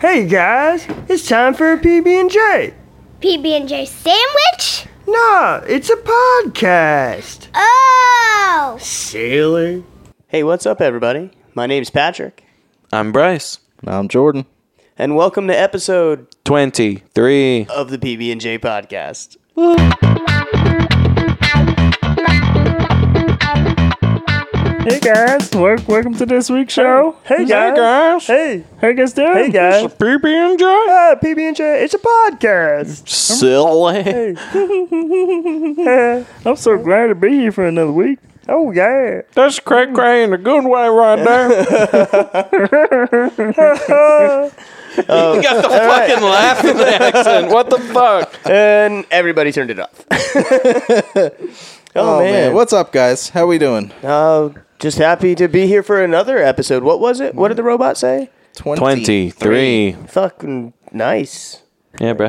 Hey guys, it's time for a PB&J. PB&J sandwich? Nah, it's a podcast. Oh! Silly. Hey, what's up, everybody? My name's Patrick, I'm Bryce. I'm Jordan. and welcome to episode 23. of the PB and J podcast. Hey guys, welcome, welcome to this week's show. Hey guys. guys. Hey, How you guys doing? hey guys. PB&J. Ah, PB&J, it's a podcast. Silly. I'm so glad to be here for another week. Oh yeah. That's cray cray in a good way right there. you got the fucking laughing accent. What the fuck? And everybody turned it off. oh, Oh man, man, what's up, guys? How we doing? Uh, just happy to be here for another episode. What was it? What did the Mm. robot say? 20. 23. Fucking nice. Yeah, bro.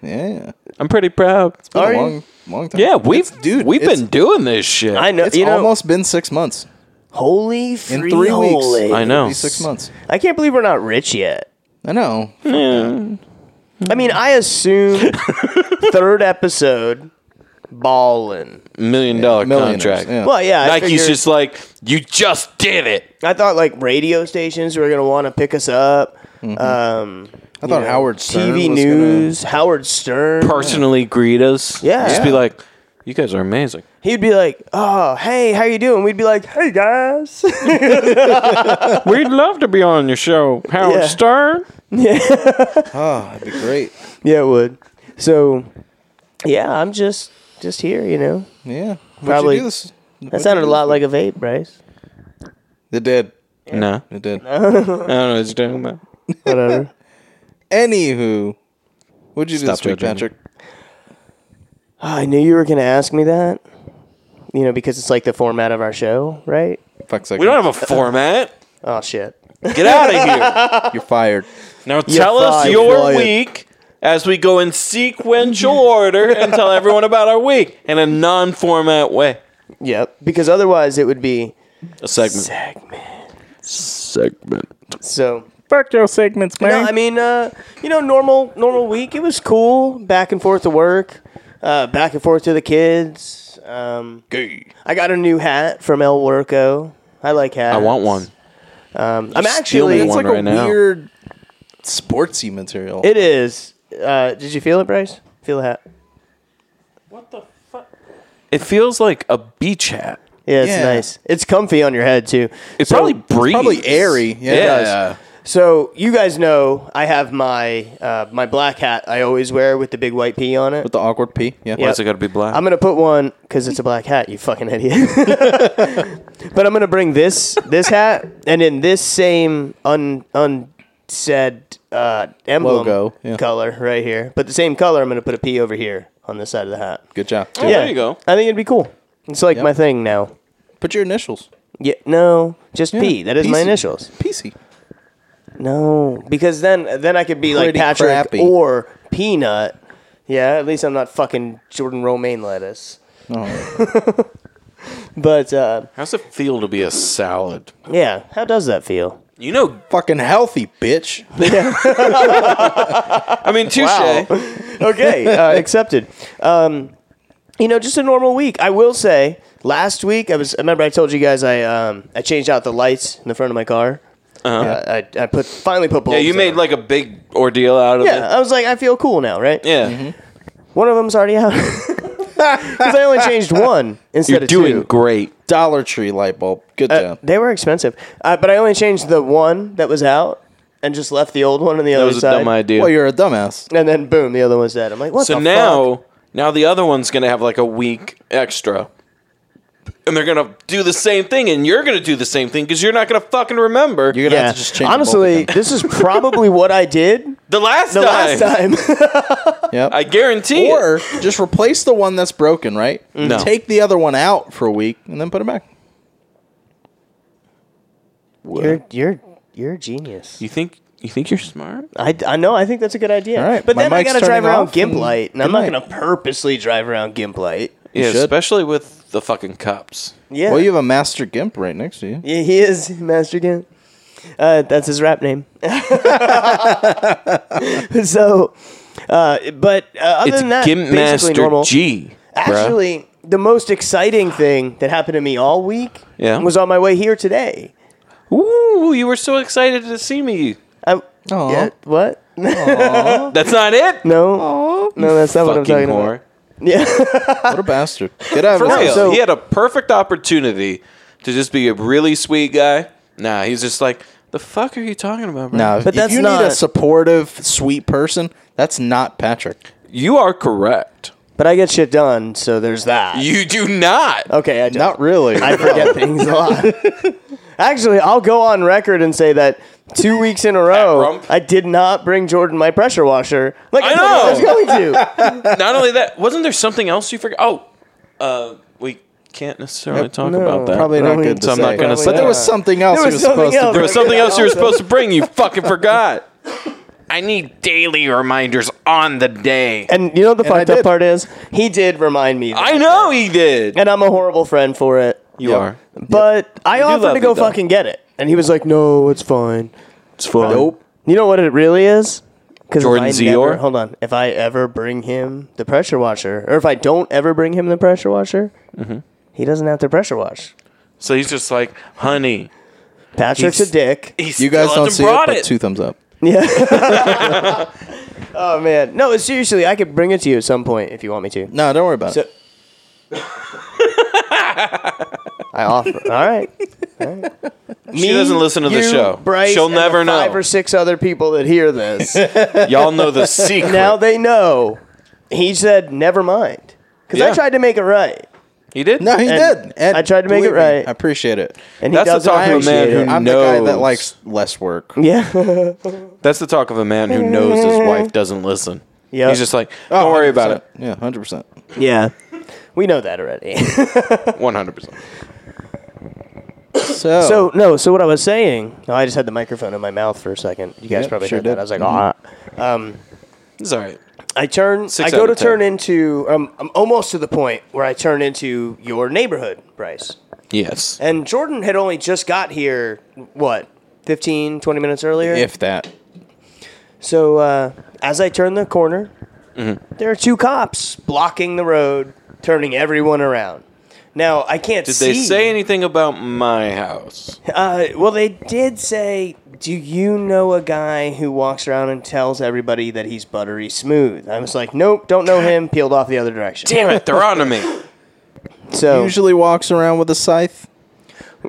Yeah. It's I'm pretty proud. been Are a you- long, long time. Yeah, we've dude, we've it's- been doing this shit. I know. It's you know, almost been six months. holy free three weeks. holy. I know. Be six months. I can't believe we're not rich yet. I know. I mean, I assume third episode ballin'. Million dollar Millionaires, contract. yeah. Well, yeah, I Nike's figured- just like, you just did it. I thought like radio stations were gonna want to pick us up. Mm-hmm. Um, I thought Howard Stern was TV gonna- news, Howard Stern. Personally greet us. Yeah. Just be Yeah. like, you guys are amazing. He'd be like, "Oh, hey, how you doing?" We'd be like, "Hey guys." We'd love to be on your show, Howard Yeah. Stern. Oh, that'd be great. yeah, it would. So, yeah, I'm just just here, you know. Yeah. Probably- What'd you do this? That sounded a lot like a vape, Bryce. It did. No, It did. I don't know what you're talking about. Whatever. Anywho, what'd you do Stop this week, judging me. Patrick? Oh, I knew you were gonna ask me that. You know, because it's like the format of our show, right? Fuck We don't have a format. Oh shit. Get out of here. have- You're fired. Now tell us fired. your You're fired. week as we go in sequential order and tell everyone about our week in a non-format way. Yep. Because otherwise, it would be A segment. segment. Segment. So. Fuck your segments, man. No, I mean, uh, you know, normal normal week. It was cool. Back and forth to work, uh, back and forth to the kids. Um, I got a new hat from El Worco. I like hats. I want one. Um, I'm steal me actually. one. it's like a right now. weird sportsy material. It is. Uh, did you feel it, Bryce? Feel the hat? It feels like a beach hat. Yeah, it's Yeah. nice. It's comfy on your head too. It probably breathes. probably airy. Yeah. Yeah. So you guys know I have my uh, my black hat I always wear with the big white P on it. With the awkward P. Yeah. Yeah. Why's it got to be black? I'm gonna put one because it's a black hat. You fucking idiot. but I'm gonna bring this this hat, and in this same un unsaid uh, emblem Logo, yeah. color right here, but the same color. I'm gonna put a P over here on this side of the hat. Good job. Oh, There you go. I think it'd be cool. It's like my thing now. Put your initials. Yeah, no, just Yeah, P. That is my PC. initials. PC. No, because then then I could be like Pretty Patrick crappy. or Peanut. Yeah, at least I'm not fucking Jordan Romaine lettuce. Oh, But uh, How's it feel to be a salad? yeah, how does that feel? You know, fucking healthy, bitch. I mean, touche. okay, uh, accepted. Um, you know, just a normal week. I will say, last week I was. I remember I told you guys I um, I changed out the lights in the front of my car. Uh, I, I put finally put bulbs. Uh-huh. Yeah, you in made them. like a big ordeal out of yeah. Mm-hmm. it. I was like, I feel cool now, right? Yeah. One of them's already out because I only changed one instead You're of doing two. great. Dollar Tree light bulb. Good Uh, job. They were expensive, uh, but I only changed the one that was out and just left the old one on the That other was a side. dumb idea. Well, you're a dumbass. And then boom, the other one's dead. I'm like, what? So the now, now the other one's gonna have like a week extra, and they're gonna do the same thing, and you're gonna do the same thing because you're not gonna fucking remember You're fuck? gonna yeah. have to just change. the Honestly, bulb this is probably what I did the last the time. last time. again. I yep. guarantee. it. Mm-hmm. or just replace the one that's broken, right? No. Take the other one out for a week and then put it back. You're you're you're a genius. you think you think you're smart? I, I know. I think that's a good idea. All right, but my then I mic's gotta drive turning around off Gimp and Light, and, good I'm not night. gonna purposely drive around Gimp Light. Yeah, should. especially with the fucking cups. Yeah. Well, you have a Master Gimp right next to you. yeah, he is Master Gimp. Uh, that's his rap name. so, uh, but uh, other It's than that, basically normal. Gimmaster G. bruh. Actually, the most exciting thing that happened to me all week Yeah. was on my way here today. Ooh, you were so excited to see me. I, yeah, what? That's not it. No, no, that's not what I'm talking Fucking whore. about. Yeah, What a bastard. Get out For of his real, house. So- he had a perfect opportunity to just be a really sweet guy. Nah, he's just like, the fuck are you talking about? Bro? No, But but that's if you need a not- supportive, sweet person, that's not Patrick. you are correct. but I get shit done, so there's that. You do not. okay, I don't. Not really. I forget things a lot. Actually, I'll go on record and say that two weeks in a row, rump. I did not bring Jordan my pressure washer. Like I, I know. I was know. going to. not only that, wasn't there something else you forgot? Oh, uh, we can't necessarily talk about that. Probably not Probably- good to so I'm say. not gonna but say there that. was something else There was he was something supposed else. to There was something else you were supposed to bring. You fucking forgot. I need daily reminders on the day. And you know the I fucked up did. part is he did remind me, that. I know he did. and I'm a horrible friend for it. You Yep. are. But I offered love to you, go though. fucking get it, and he was like, "No, it's fine. It's fine." Nope. You know what it really is? Because Jordan Zior? Hold on. If I ever bring him the pressure washer, or if I don't ever bring him the pressure washer, Mm-hmm. he doesn't have to pressure wash. So he's just like, honey. Patrick's a dick. He's You guys still don't hasn't see it, brought but two thumbs up. Yeah. oh man. No, seriously, I could bring it to you at some point if you want me to. No, don't worry about So- it. I offer. All right. She doesn't listen to the You, show. Bryce, She'll and the never know. Five or six other people that hear this. Y'all know the secret. now they know. He said, "Never mind," because I Yeah. tried to make it right, he did. No, he And did. And I tried to make it believe me, right. I appreciate it. and That's he the doesn't talk of a man appreciate it. who- I'm the guy that knows? likes less work. yeah, That's the talk of a man who knows his wife doesn't listen. Yeah. He's just like, Oh, don't worry about it. Yeah, hundred percent. yeah. We know that already. Oh. 100%. So, so no. So what I was saying, oh, I just had the microphone in my mouth for a second. You guys Yeah, probably sure heard that. did. I was like, ah. Um, It's all right. I turn. Mm-hmm. Six I go out to of ten. turn into. Um, I'm almost to the point where I turn into your neighborhood, Bryce. Yes. And Jordan had only just got here. What? 15, 20 minutes earlier. if that, So uh, as I turn the corner, Mm-hmm. there are two cops blocking the road, turning everyone around. Now I can't Did see. they say anything about my house? Uh, well, they did say, "Do you know a guy who walks around and tells everybody that he's buttery smooth?" I was like, "Nope, don't know him." Peeled off the other direction. Damn it, they're on to me. So usually walks around with a scythe.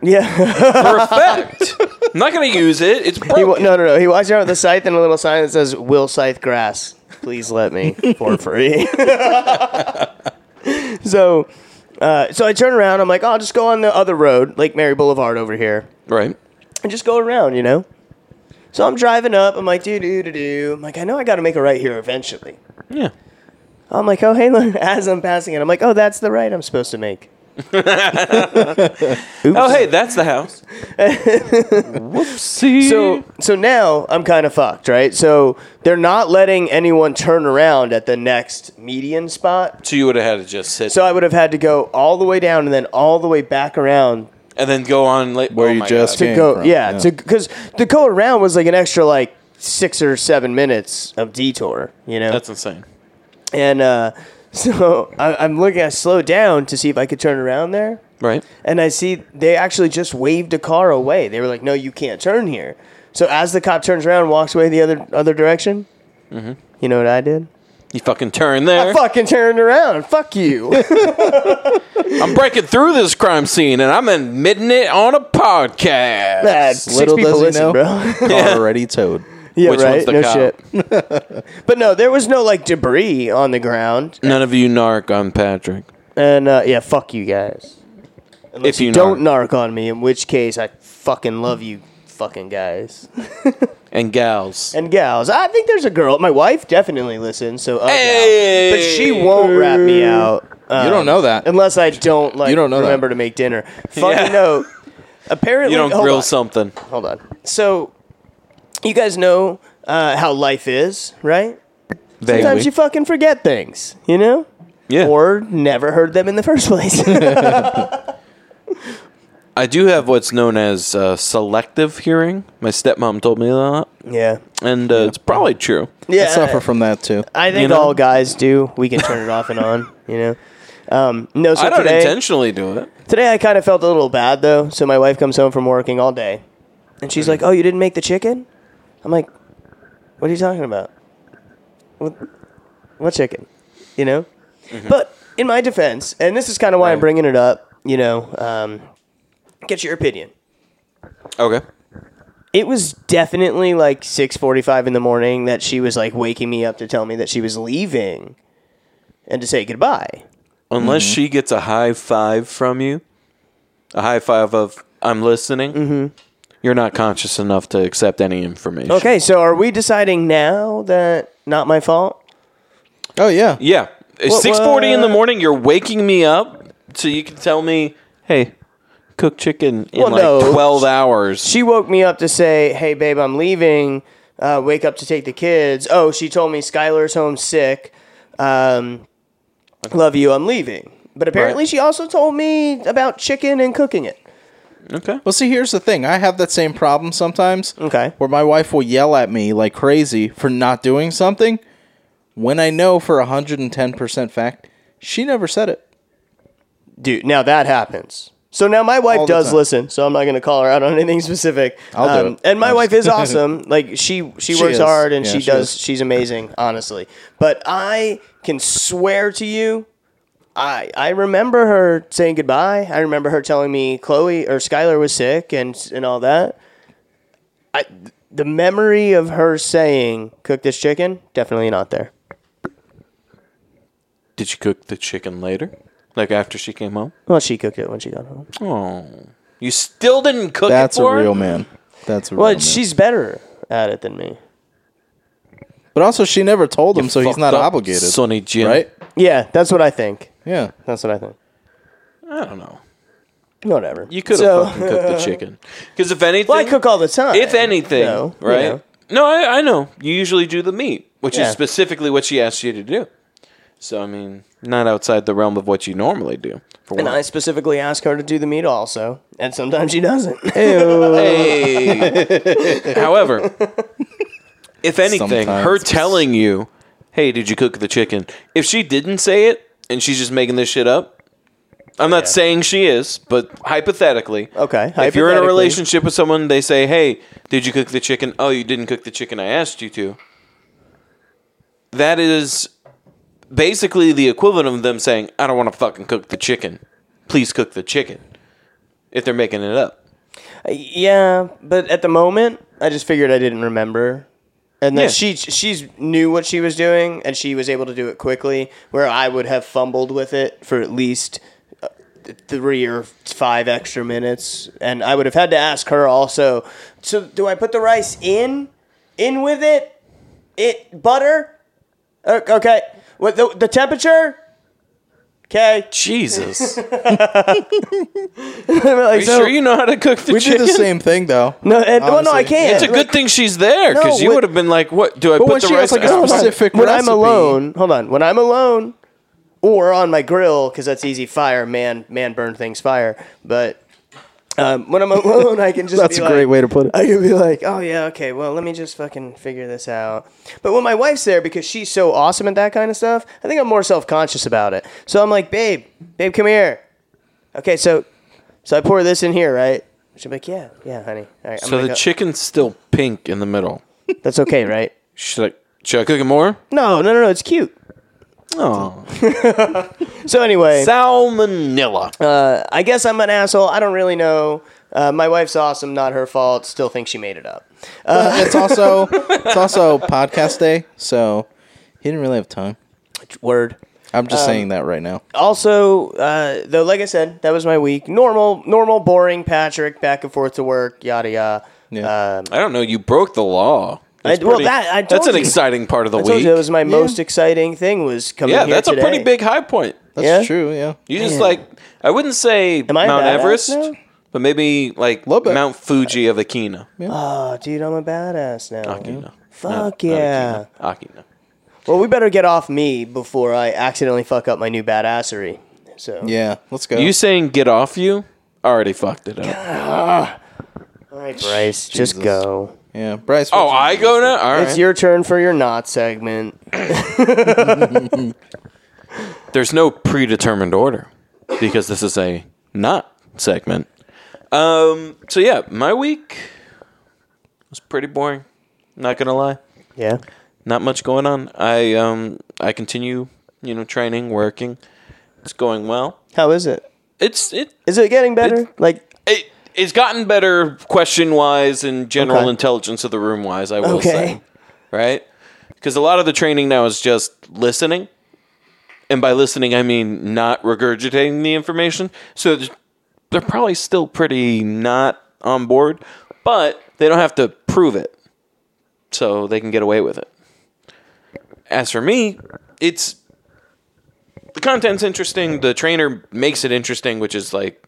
yeah, For effect. I'm not going to use it. It's he, broken. wa- no, no, no. He walks around with a scythe and a little sign that says "Will Scythe Grass." Please let me for free. so, uh, so I turn around. I'm like, "I'll just go on the other road, Lake Mary Boulevard over here." Right. and just go around, you know? So I'm driving up. I'm like, doo doo doo doo. I'm like, I know I got to make a right here eventually. Yeah. I'm like, oh, hey, look, as I'm passing it, I'm like, oh, that's the right I'm supposed to make. Oh, hey, that's the house. Whoopsie. So, so now I'm kind of fucked, right? So they're not letting anyone turn around at the next median spot. so you would have had to just sit So I would have had to go all the way down and then all the way back around and then go on oh late. Where you just to came go. from, yeah, yeah. to because the go around was like an extra like six or seven minutes of detour. You know, That's insane. And uh, so I, I'm looking, I slowed down to see if I could turn around there. Right. And I see they actually just waved a car away. They were like, no, you can't turn here. So as the cop turns around and walks away the other other direction, Mm-hmm. you know what I did? You fucking turn there. I fucking turned around. Fuck you. I'm breaking through this crime scene and I'm admitting it on a podcast. Bad. Six Little people does listen, he know, bro. already towed. yeah, Which right. one's the no cop? shit. but no, there was no like debris on the ground. None of you narc on Patrick. And uh, yeah, fuck you guys. if you Don't narc. narc on me, in which case I fucking love you fucking guys. and gals. and gals. I think there's a girl. My wife definitely listens, so uh, Hey! but she won't rat me out. um, You don't know that. unless I don't like. You don't know that. remember to make dinner. Fucking Yeah. note. Apparently, you don't hold grill on, something. Hold on. So, you guys know uh, how life is, right? Sometimes Vaguely. you fucking forget things, you know, yeah. or never heard them in the first place. I do have what's known as uh, selective hearing. My stepmom told me that, Yeah. and uh, it's probably true. Yeah. I suffer from that too. I think you know? all guys do. We can turn it off and on, you know. Um, no, so I don't today, intentionally do it. today I kind of felt a little bad though. So my wife comes home from working all day, and she's like, "Oh, you didn't make the chicken?" I'm like, "What are you talking about? What, what chicken? You know?" But in my defense, and this is kind of why I'm Right. bringing it up, you know, um, get your opinion. Okay. It was definitely like 6:45 in the morning that she was like waking me up to tell me that she was leaving and to say goodbye. Unless Mm-hmm. she gets a high five from you, a high five of "I'm listening," you're not conscious enough to accept any information. Mm-hmm. Okay, so are we deciding now that not my fault? Oh yeah. Yeah, it's What- six forty in the morning. You're waking me up so you can tell me, "Hey, cook chicken in Well, like no. twelve hours." She woke me up to say, "Hey, babe, I'm leaving. Uh, wake up to take the kids." Oh, she told me Skylar's home sick. Um, love you. I'm leaving. But apparently, Right. she also told me about chicken and cooking it. Okay. Well, see, here's the thing. I have that same problem sometimes. Okay. Where my wife will yell at me like crazy for not doing something when I know for 110% fact she never said it. Dude, now that happens. So now my wife All the does time. listen, so I'm not going to call her out on anything specific. Um, I'll do it. And my I'm wife is just- awesome. Like she she, She works is. hard and Yeah, she, she does is. she's amazing, honestly. But I can swear to you I I remember her saying goodbye. I remember her telling me Chloe or Skylar was sick and and all that. I the memory of her saying cook this chicken definitely not there. Did you cook the chicken later, like after she came home? Well, she cooked it when she got home. Oh, you still didn't cook That's it a for real her? man. That's a real Well, Oh, man. she's better at it than me. But also, she never told him, so he's fucked not up, obligated. Sonny Jim. Right? Yeah, that's what I think. Yeah. That's what I think. I don't know. Whatever. You could have So- fucking cooked the chicken. Because if anything, Well, I cook all the time. if anything, No, you right? know. No, I, I know. You usually do the meat, which Yeah. is specifically what she asked you to do. So I mean, not outside the realm of what you normally do. For And one. I specifically ask her to do the meat also, and sometimes she doesn't. Hey. However, if anything, her Sometimes. telling you, "Hey, did you cook the chicken?" If she didn't say it and she's just making this shit up, I'm not saying she is, but hypothetically, Okay, If you're in a hypothetically. relationship with someone, they say, "Hey, did you cook the chicken?" Oh, you didn't cook the chicken I asked you to. That is basically the equivalent of them saying, "I don't want to fucking cook the chicken. Please cook the chicken." If they're making it up. yeah, but at the moment, I just figured I didn't remember. And then Yeah. she she's knew what she was doing, and she was able to do it quickly, where I would have fumbled with it for at least uh, three or five extra minutes, and I would have had to ask her also. So, do I put the rice in, in with it, it butter? O- Okay, what the, the temperature? Okay, Jesus. Are Like, you so- sure you know how to cook the We chicken? do the same thing, though. No, and, well, no, I Honestly. can't. It's a good thing she's there because No, you what- would have been like, "What do I put when the she rice?" has, like, a in?" Hold on. specific when I'm recipe. alone, hold on. When I'm alone or on my grill, because that's easy fire, man, man burn things fire. But um, when I'm alone, I can just That's be a great like- way to put it. I could be like, oh yeah, okay, well let me just fucking figure this out. But when my wife's there, because she's so awesome at that kind of stuff, I think I'm more self conscious about it. So I'm like, babe, babe, come here. Okay, so so I pour this in here, right? She's like, yeah, yeah, honey. All right, I'm uh, So gonna the go- chicken's still pink in the middle. that's okay, right? She's like, "Should I cook it more?" No, no, no, no, it's cute. Oh, So anyway, salmonella. uh, I guess I'm an asshole. I don't really know. Uh, my wife's awesome, not her fault. Still think she made it up. Uh, it's also it's also podcast day, so he didn't really have time. Word. I'm just saying that right now. Also, uh, though, like I said, that was my week. Normal, normal, boring. Patrick back and forth to work. Yada yada. Yeah. Um, I don't know. You broke the law. That's well, that- I that's told an you. exciting part of the I told week. you that was my most exciting thing was coming yeah, here that's a today. pretty big high point. That's Yeah? true. Yeah. You just like, I wouldn't say I a Mount badass Everest, now? but maybe like Little bit. Mount Fuji of Akina. Oh, dude, I'm a badass now. Akina. Fuck yeah. Not Akina. Akina. Well, we better get off me before I accidentally fuck up my new badassery. So Yeah. Let's go. You saying get off you? Already fucked it up. All right, Bryce, just go. Yeah, Bryce. Oh, what's- I go now. All It's right. your turn for your not segment. There's no predetermined order because this is a not segment. Um. So yeah, my week was pretty boring. Not gonna lie. Yeah. not much going on. I um I continue, you know, training, working. It's going well. How is it? It's it Is it getting better? It's- like, it it's gotten better question wise and general Okay. intelligence of the room wise, I will Okay. say. Right? Cuz a lot of the training now is just listening. And by listening, I mean not regurgitating the information. So th- they're probably still pretty not on board, but they don't have to prove it. So they can get away with it. As for me, it's the content's interesting. The trainer makes it interesting, which is like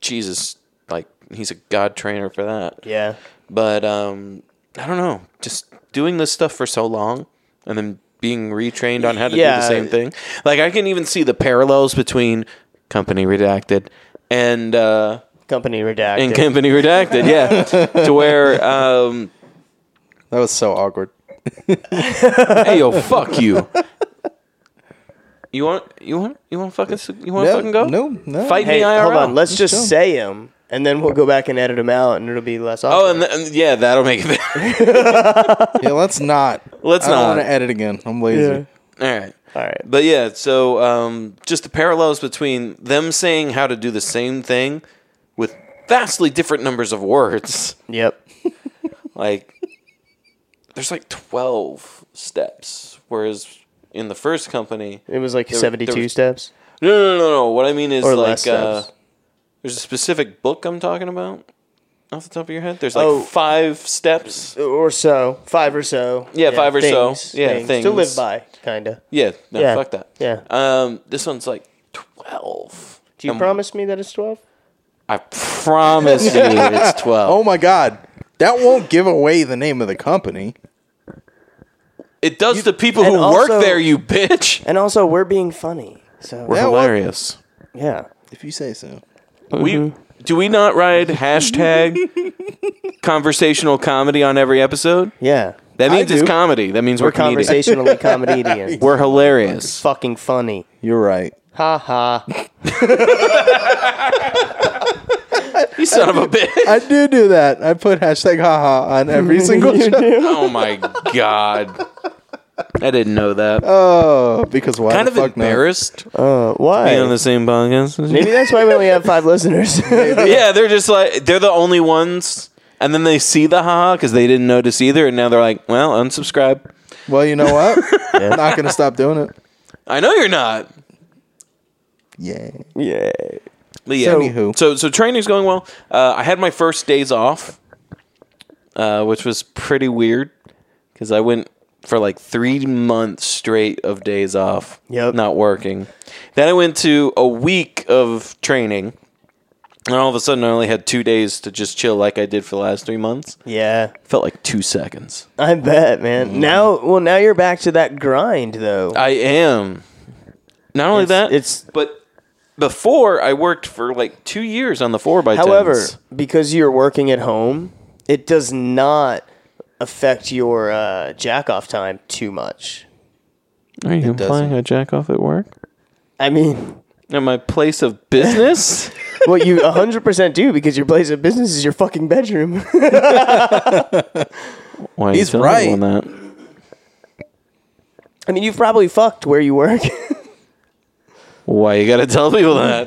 Jesus, like he's a god trainer for that. yeah. But um, I don't know, just doing this stuff for so long and then being retrained on how to do Yeah. the same thing. Like I can even see the parallels between Company Redacted and uh, Company redacted. and Company Redacted, yeah, to where um, that was so awkward. hey yo, fuck you. You want you want you want fucking s- you want to No, fucking go? no, no. Fight hey, me IRL. hold on. Let's just chill. say them, and then we'll go back and edit them out, and it'll be less Oh, awkward. and, th- and yeah, that'll make it. better. Yeah, let's not. Let's I don't not. want to edit again. I'm lazy. All right. All right. But yeah, so um, just the parallels between them saying how to do the same thing with vastly different numbers of words. Yep. Like, there's like 12 steps, whereas in the first company, It was like were- 72 there was- steps. no, no, no, no. What I mean is Or like, less uh, steps. there's a specific book I'm talking about off the top of your head. There's like Oh. five steps. Or so. Five or so. Yeah, five or so. Yeah, To things. live by, kind of. Yeah, no, Yeah. fuck that. Yeah. Um, this one's like 12. Do you And promise me that it's 12? I promise you it's 12. Oh my god, that won't give away the name of the company. It does to people who and work also- there, you bitch. And also, we're being funny. So, Yeah, well- Hilarious. yeah. If you say so. We do we not ride hashtag conversational comedy on every episode? Yeah. That means I it's do. comedy. That means we're, We're comedians. conversationally comedians. We're hilarious. fucking funny. You're right. Ha ha. You son of a bitch. I do do that. I put hashtag haha on every single show. Oh my god. I didn't know that. Oh, because why? kind the of fuck not? embarrassed Uh, why? being on the same podcast. as you. Maybe that's why we only have five listeners. Yeah, they're just like they're the only ones. And then they see the haha because they didn't notice either, and now they're like, "Well, unsubscribe." Well, you know what? I'm not gonna stop doing it. I know you're not. Yeah. yeah. But yeah, So- so, Anywho. so training's going well. Uh, I had my first days off, uh, which was pretty weird because I went for like three months straight of days off, Yep. not working. Then I went to a week of training, and all of a sudden I only had two days to just chill like I did for the last three months. Yeah. Felt like two seconds. I bet, man. Mm. Now, well, now you're back to that grind, though. I am. Not only It's- that, it's- but before I worked for like two years on the four by However, because you're working at home, it does not affect your uh, jack off time too much. are you implying I jack off at work? I mean, At my place of business? well, you 100% do because your place of business is your fucking bedroom. Why are you He's telling right. everyone that? I mean, you've probably fucked where you work. Why you gotta tell people that?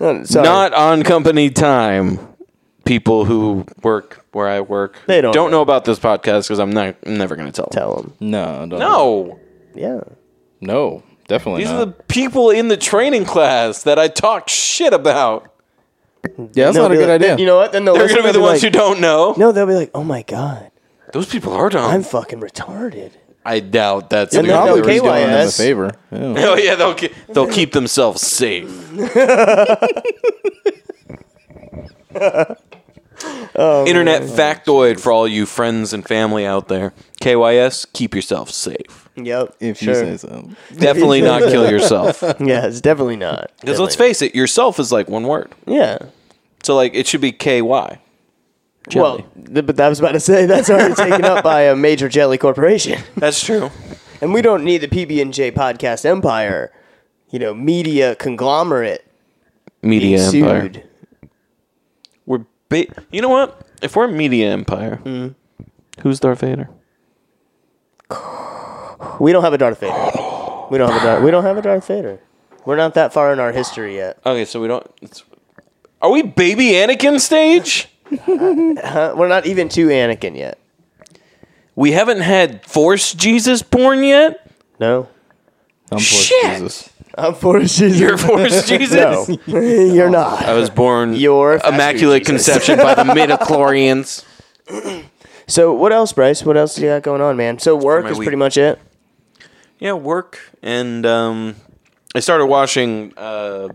Sorry. Not on company time. People who work where I work They don't don't know. know about this podcast because I'm not I'm never gonna tell. them. tell them. No. Don't. No, Yeah. No. Definitely these not. are the people in the training class that I talk shit about. yeah, that's They'll not a be good like- idea. You know what? Then they'll They're gonna be the ones who don't know. No, they'll be like, "Oh my god, Those people are dumb. I'm fucking retarded." I doubt that's And the then Probably only they'll was reason. KYS. doing them a favor. Yeah. Oh yeah, they'll ke- they'll keep themselves safe. Oh, Internet factoid for all you friends and family out there. KYS, keep yourself safe. Yep. If sure. you say so. Definitely not kill yourself. Yeah, it's definitely not. Because let's Definitely- face it, yourself is like one word. Yeah. So like it should be KY. Jelly. Well, th- but I was about to say that's already taken up by a major jelly corporation, That's true. and we don't need the PB and J podcast empire, you know, media conglomerate being Media empire. sued. We're ba- You know what? If we're a media empire, who's Darth Vader? We don't have a Darth Vader. We don't have a Darth. We don't have a Darth Vader. We're not that far in our history yet. Okay, so we don't. It's, are we baby Anakin stage? Uh, We're not even to Anakin yet. We haven't had Force Jesus porn yet. No. I'm for Shit. Jesus. I'm for You're Force Jesus. No, you're I not. was born You're factory immaculate Jesus. conception by the midichlorians. So what else, Bryce? What else do you got going on, man? So work my is week. pretty much it. Yeah, work and um, I started watching uh,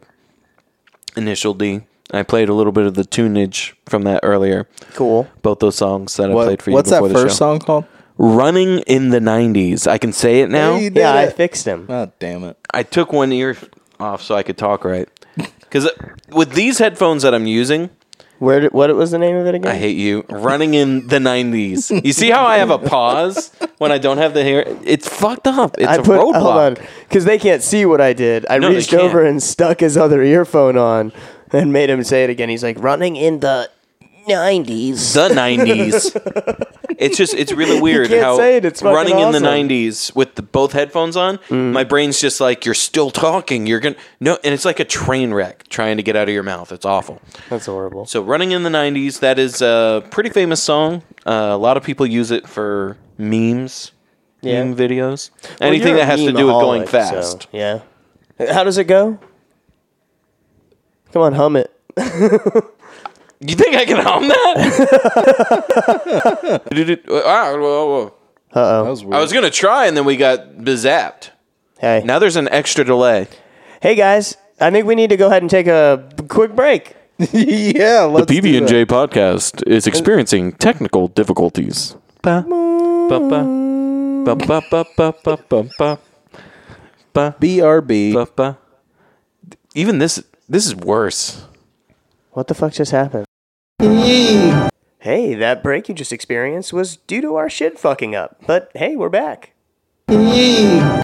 Initial D. I played a little bit of the tunage from that earlier. Cool. Both those songs that I played What, for you what's that before the first show. song called? Running in the '90s. I can say it now. Hey, Yeah, I it. fixed him. Oh damn it! I took one ear off so I could talk right. Because with these headphones that I'm using, Where? Did, what was the name of it again? I hate you. Running in the '90s. You see how I have a pause when I don't have the hair? It's fucked up. It's I a put roadblock. hold on because they can't see what I did. I No, they reached over can't. and stuck his other earphone on and made him say it again. He's like running in the nineties. the nineties. it's just it's really weird can't how say it, it's fucking running in the awesome. Mm. nineties with the, both headphones on, my brain's just like, You're still talking, you're gonna no and it's like a train wreck trying to get out of your mouth. It's awful. That's horrible. So running in the nineties, that is a pretty famous song. Uh, a lot of people use it for memes. Yeah. Meme videos. Well, Anything you're a that has to do with going memeaholic, fast. so, yeah. Uh, How does it go? Come on, hum it. You think I can hum that? Ah, whoa, whoa. That was weird. I was gonna try and then we got bizapped. Hey. Now there's an extra delay. Hey guys, I think we need to go ahead and take a b- quick break. yeah, let's do PB and that. J podcast is experiencing technical difficulties. BRB. Even this this is worse. What the fuck just happened? Hey, that break you just experienced was due to our shit fucking up. But hey, we're back. I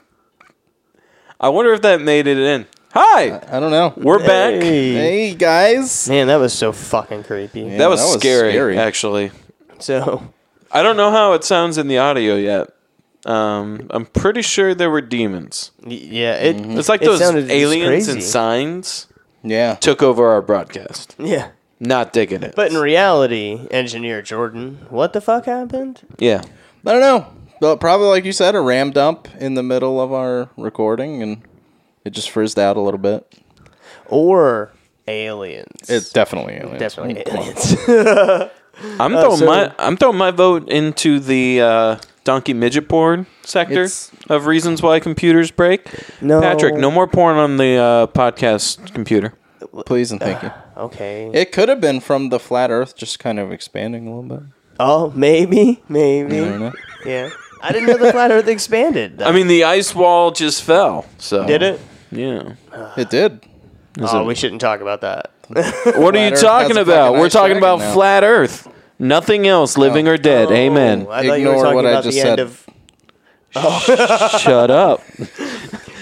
wonder if that made it in. Uh, Hi, I don't know. we're back. Hey guys. Man, that was so fucking creepy. That was, that was scary, scary. actually. So, I don't know how it sounds in the audio yet. Um, I'm pretty sure there were demons. y- yeah, it Mm-hmm. It's like It those sounded just aliens crazy. and signs Yeah. took over our broadcast. yeah. Not digging it. But in reality, engineer Jordan, what the fuck happened? yeah. I don't know. But probably like you said, a ram dump in the middle of our recording, and it just frizzed out a little bit. Or aliens? It's definitely aliens. definitely aliens. I'm Uh, throwing so- my I'm throwing my vote into the uh, donkey midget porn sector It's- of reasons why computers break. No. Patrick, no more porn on the uh, podcast computer. Please and thank you. okay. It could have been from the flat Earth just kind of expanding a little bit. Oh, maybe, I don't maybe. know. Yeah. I didn't know the flat Earth expanded. I mean, the ice wall just fell. So did it? Yeah. It did. Oh, we shouldn't talk about that. What are you Earth has talking a about? fucking We're ice talking dragon about now. flat Earth. Nothing else, living or dead. Amen. I thought you were Ignore talking what I about just the end said. of. Shut up.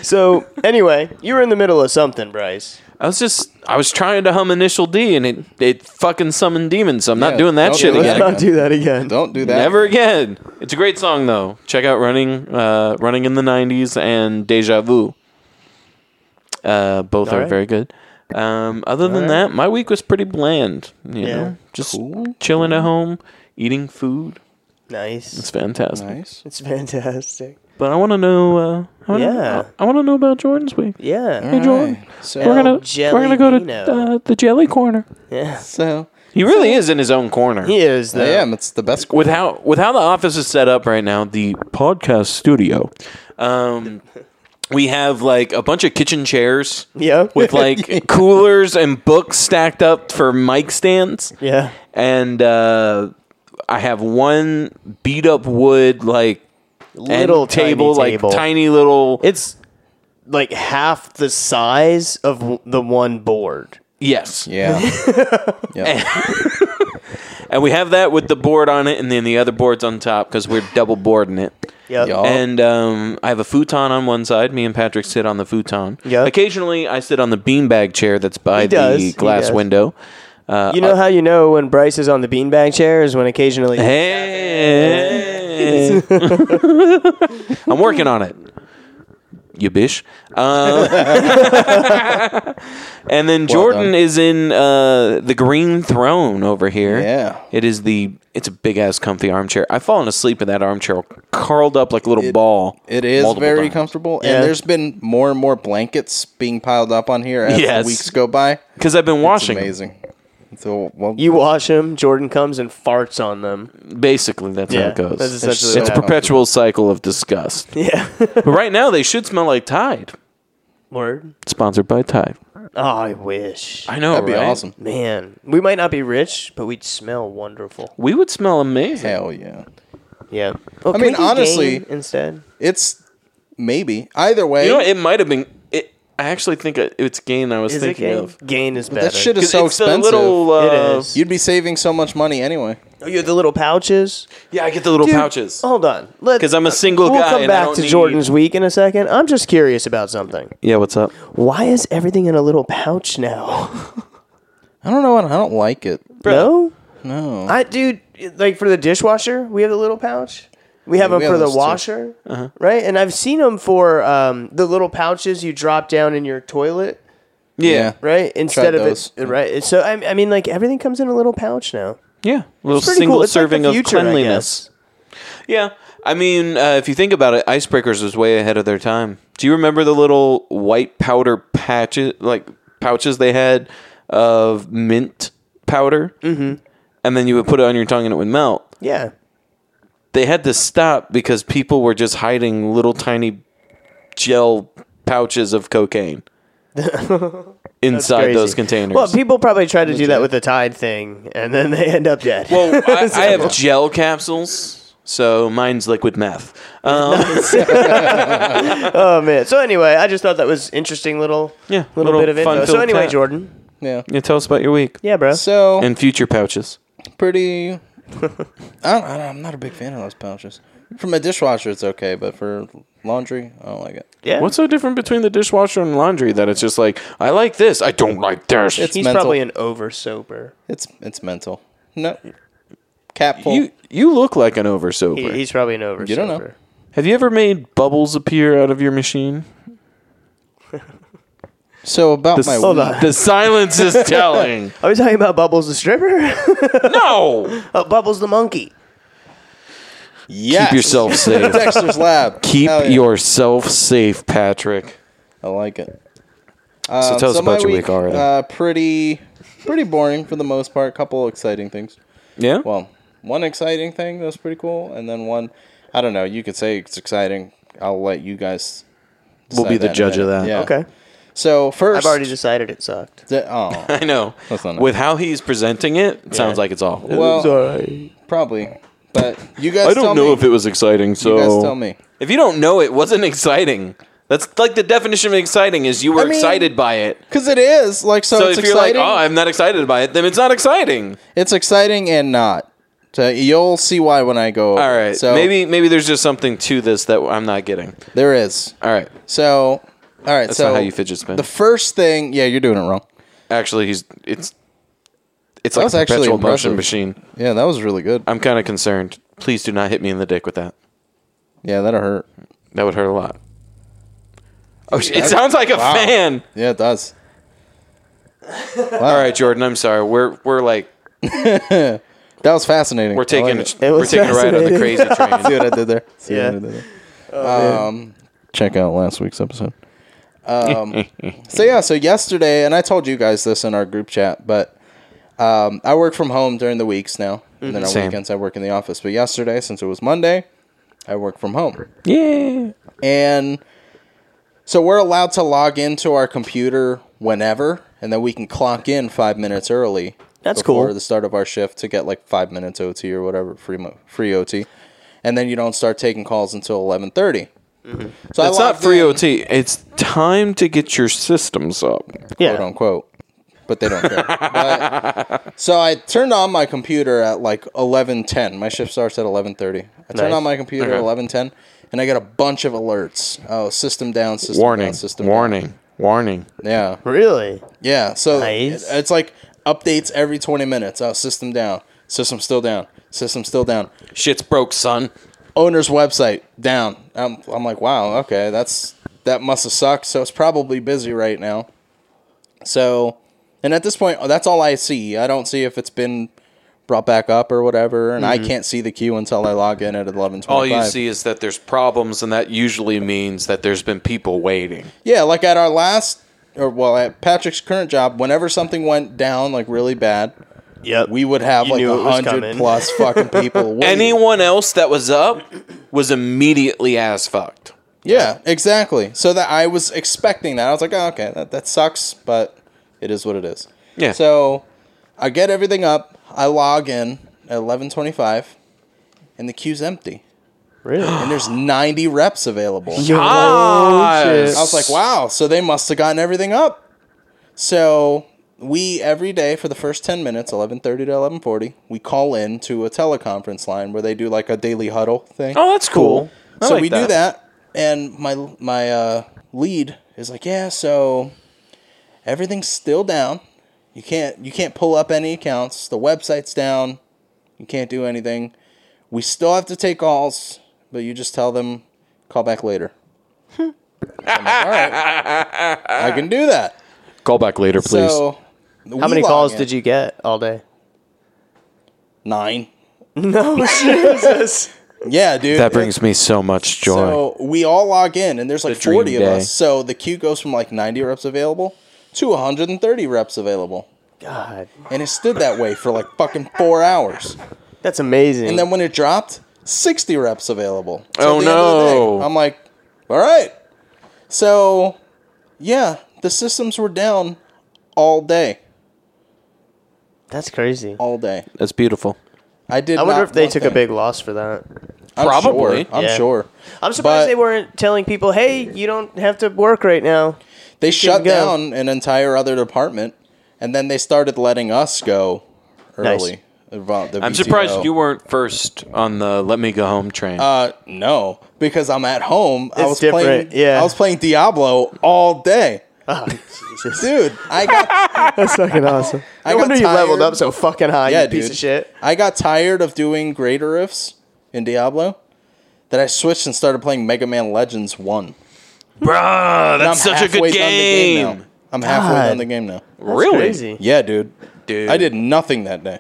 So anyway, you were in the middle of something, Bryce. I was just I was trying to hum initial D and it it fucking summoned demons. So I'm not Yeah, doing that don't shit do again. that. Let's not do that again. Don't do that. Never again. It's a great song though. Check out "Running," uh, "Running in the '90s" and "Deja Vu." Uh, both are right. very good. Um, other than that, my week was pretty bland. You Yeah. know, just chilling at home, eating food. It's Nice. fantastic. Nice. It's fantastic. But I want to know. Uh, I wanna, Yeah. I, want to know about Jordan's week. Yeah. Jordan. So, We're We're gonna, we're gonna go to Jelly uh, the jelly corner. Yeah. so He really is in his own corner. He is I though. am. It's the best. with how with how the office is set up right now, the podcast studio, um, we have like a bunch of kitchen chairs Yeah. with like coolers and books stacked up for mic stands. Yeah. And uh, I have one beat up wood like end Little tiny table, like table. tiny little It's like half the size of w- the one board. yes. Yeah. And we have that with the board on it, and then the other board's on top because we're double boarding it. Yep. Yup. And um, I have a futon on one side. Me and Patrick sit on the futon. Yep. Occasionally, I sit on the beanbag chair that's by He does, he the glass does. window. Uh, You know how you know when Bryce is on the beanbag chair is when occasionally. Hey. I'm working on it. You bish. Uh, and then Jordan done. is in uh, the green throne over here. Yeah. It is the it's a big ass comfy armchair. I've fallen asleep in that armchair curled up like a little ball. It is multiple very times. comfortable, Yeah. and there's been more and more blankets being piled up on here as Yes. the weeks go by. Because I've been It's washing amazing. So, well, You wash them, Jordan comes and farts on them. Basically, that's how Yeah, it goes. that's essentially it's what a happened. perpetual cycle of disgust. Yeah. but right now, they should smell like Tide. Word. Sponsored by Tide. Oh, I wish. I know. that'd be right? awesome. Man, we might not be rich, but we'd smell wonderful. We would smell amazing. Hell yeah. Yeah. Well, I can mean, we do honestly- game instead. It's maybe either way. You know, it might have been. It, I actually think it- it's Gain. I was Is it thinking gain? of. Gain is better. that shit is 'Cause so it's the expensive. little, uh, It is. You'd be saving so much money anyway. Oh, you have the little pouches. Yeah, I get the little Dude, pouches. Hold on. Let- 'Cause I'm a single we'll guy come and I back don't to need- Jordan's week in a second. I'm just curious about something. Yeah, what's up? Why is everything in a little pouch now? I don't know. I don't like it. no? No. I dude, like for the dishwasher, we have the little pouch. We have Yeah, we them for have the those too. washer, Uh-huh. right? And I've seen them for um, the little pouches you drop down in your toilet, Yeah, right? Instead of those. it, uh, right? So I, I mean, like everything comes in a little pouch now. yeah. little pretty single cool. It's like serving the of future, I cleanliness. yeah, I mean, uh, if you think about it, Icebreakers was way ahead of their time. Do you remember the little white powder patches, like pouches they had of mint powder, mm-hmm. and then you would put it on your tongue and it would melt. Yeah, they had to stop because people were just hiding little tiny gel pouches of cocaine inside Crazy. those containers. Well, people probably tried to do that with the Tide thing, and then they end up dead. Well, I, I have gel capsules, so mine's liquid meth. Um, oh man. So anyway, I just thought that was interesting little yeah, little, bit of info. So filled anyway, cat. Jordan. yeah. yeah, tell us about your week Yeah, bro. So and future pouches. pretty. I don't, I don't- I'm not a big fan of those pouches. For my dishwasher, it's okay, but for laundry, I don't like it. yeah, What's so different between the dishwasher and laundry that it's just like, I like this, I don't like this? It's he's mental. probably an over sober. It's it's mental. No, cap full. You you look like an over sober. He, he's probably an over. You don't know. have you ever made bubbles appear out of your machine? so about my Hold week- on. The silence is telling. Are we talking about Bubbles the stripper? no, oh, Bubbles the monkey. Yes! keep yourself safe. Dexter's Lab. Keep Hell yeah. yourself safe, Patrick. I like it. Um, So tell us my about your week already. Uh, pretty, pretty boring for the most part. couple exciting things. Yeah. Well, one exciting thing that's pretty cool, and then one, I don't know. You could say it's exciting. I'll let you guys. We'll be decide the in a judge of minute. that. Yeah. Okay. So first, I've already decided it sucked. the- oh, I know. That's not nice. With how he's presenting it, it sounds Yeah. like it's awful. well, Sorry. probably, but you guys. I tell don't know me. if it was exciting, so. You guys tell me. If you don't know, it wasn't exciting. That's like the definition of exciting is you were I mean, excited by it. Because it is like so. So it's if you're exciting. like, oh, I'm not excited by it, then it's not exciting. it's exciting and not. So you'll see why when I go. Over. All right. So maybe maybe there's just something to this that I'm not getting. there is. All right. So, all right. That's so not how you fidget spin. The first thing, yeah, you're doing it wrong. actually, he's it's it's That like was a actually perpetual impressive. motion machine. Yeah, that was really good. I'm kind of concerned. Please do not hit me in the dick with that. Yeah, that'll hurt. That would hurt a lot. Oh, sh- it sounds like a fan. Yeah, it does. All right, Jordan. I'm sorry. We're we're like That was fascinating. we're I taking like it. a, we're was taking a ride on the fascinating. crazy See train. what I did there. See Yeah. Oh, what I did there. um, check out last week's episode. Um, so yeah, so yesterday, and I told you guys this in our group chat, but um, I work from home during the weeks now, and Mm-hmm. then on Same. weekends I work in the office. But yesterday, since it was Monday, I work from home. yeah. And So we're allowed to log into our computer whenever, and then we can clock in five minutes early. That's before cool. The start of our shift to get like five minutes OT or whatever free mo- free OT, and then you don't start taking calls until eleven Mm-hmm. So It's I not logged free in, OT. It's time to get your systems up. quote unquote. But they don't care. but, so I turned on my computer at like eleven ten. My shift starts at eleven thirty. I turned Nice. on my computer at eleven ten, and I got a bunch of alerts. Oh, system down, system Warning. down, system down. Warning. Warning. Yeah. Really? Yeah, so Nice. it- it's like updates every 20 minutes. Oh, system down. System still down. System still down. Shit's broke, son. Owner's website down. I'm, I'm like, wow, okay, that's that must have sucked. So it's probably busy right now. So, and at this point, that's all I see. I don't see if it's been brought back up or whatever, and Mm-hmm. I can't see the queue until I log in at 11:25. All you see is that there's problems, and that usually means that there's been people waiting. Yeah, like at our last, or well, at Patrick's current job, whenever something went down like really bad, Yep. we would have You like knew it a was hundred coming. plus fucking people. waiting. Anyone else that was up was immediately ass fucked. yeah, exactly. So that I was expecting that. I was like, oh, okay, that, that sucks, but it is what it is. Yeah. So I get everything up. I log in at eleven twenty five, and the queue's empty. really? And there's ninety reps available. Ah, I was like, wow, so they must have gotten everything up. So we every day for the first 10 minutes 11.30 to 11.40 we call in to a teleconference line where they do like a daily huddle thing Oh, that's cool. I so like we do that and my my uh, lead is like yeah so everything's still down you can't you can't pull up any accounts the website's down you can't do anything we still have to take calls but you just tell them call back later I'm like, all right i can do that Call back later, please. so How many calls did you get all day? nine No, Jesus. yeah dude that brings me so much joy. So we all log in, and there's like dream 40 of day. us. So the queue goes from like 90 reps available to 130 reps available. God, And it stood that way for like fucking four hours. that's amazing. And then when it dropped, 60 reps available. So Oh, at the end of the no. day, I'm like, all right. So, yeah, the systems were down all day. that's crazy. All day. That's beautiful. I did. I wonder not if they one took a thing. big loss for that. I'm Probably. sure, I'm Yeah. sure. I'm surprised But- they weren't telling people, "Hey, you don't have to work right now." They shut go. down an entire other department, and then they started letting us go Nice. early. about the I'm VTO. surprised you weren't first on the let me go home train. Uh, no, because I'm at home. I It's was different, playing. yeah. I was playing Diablo all day, Oh, Jesus, dude. I got. that's fucking awesome. I, I got wonder you leveled tired. up so fucking high, yeah, you piece dude. of shit. I got tired of doing greater ifs in Diablo. That I switched and started playing Mega Man Legends One. Bruh, And that's I'm such a halfway good done the game. now. I'm halfway God. done the game now. That's Really? crazy. Yeah, dude. Dude, I did nothing that day.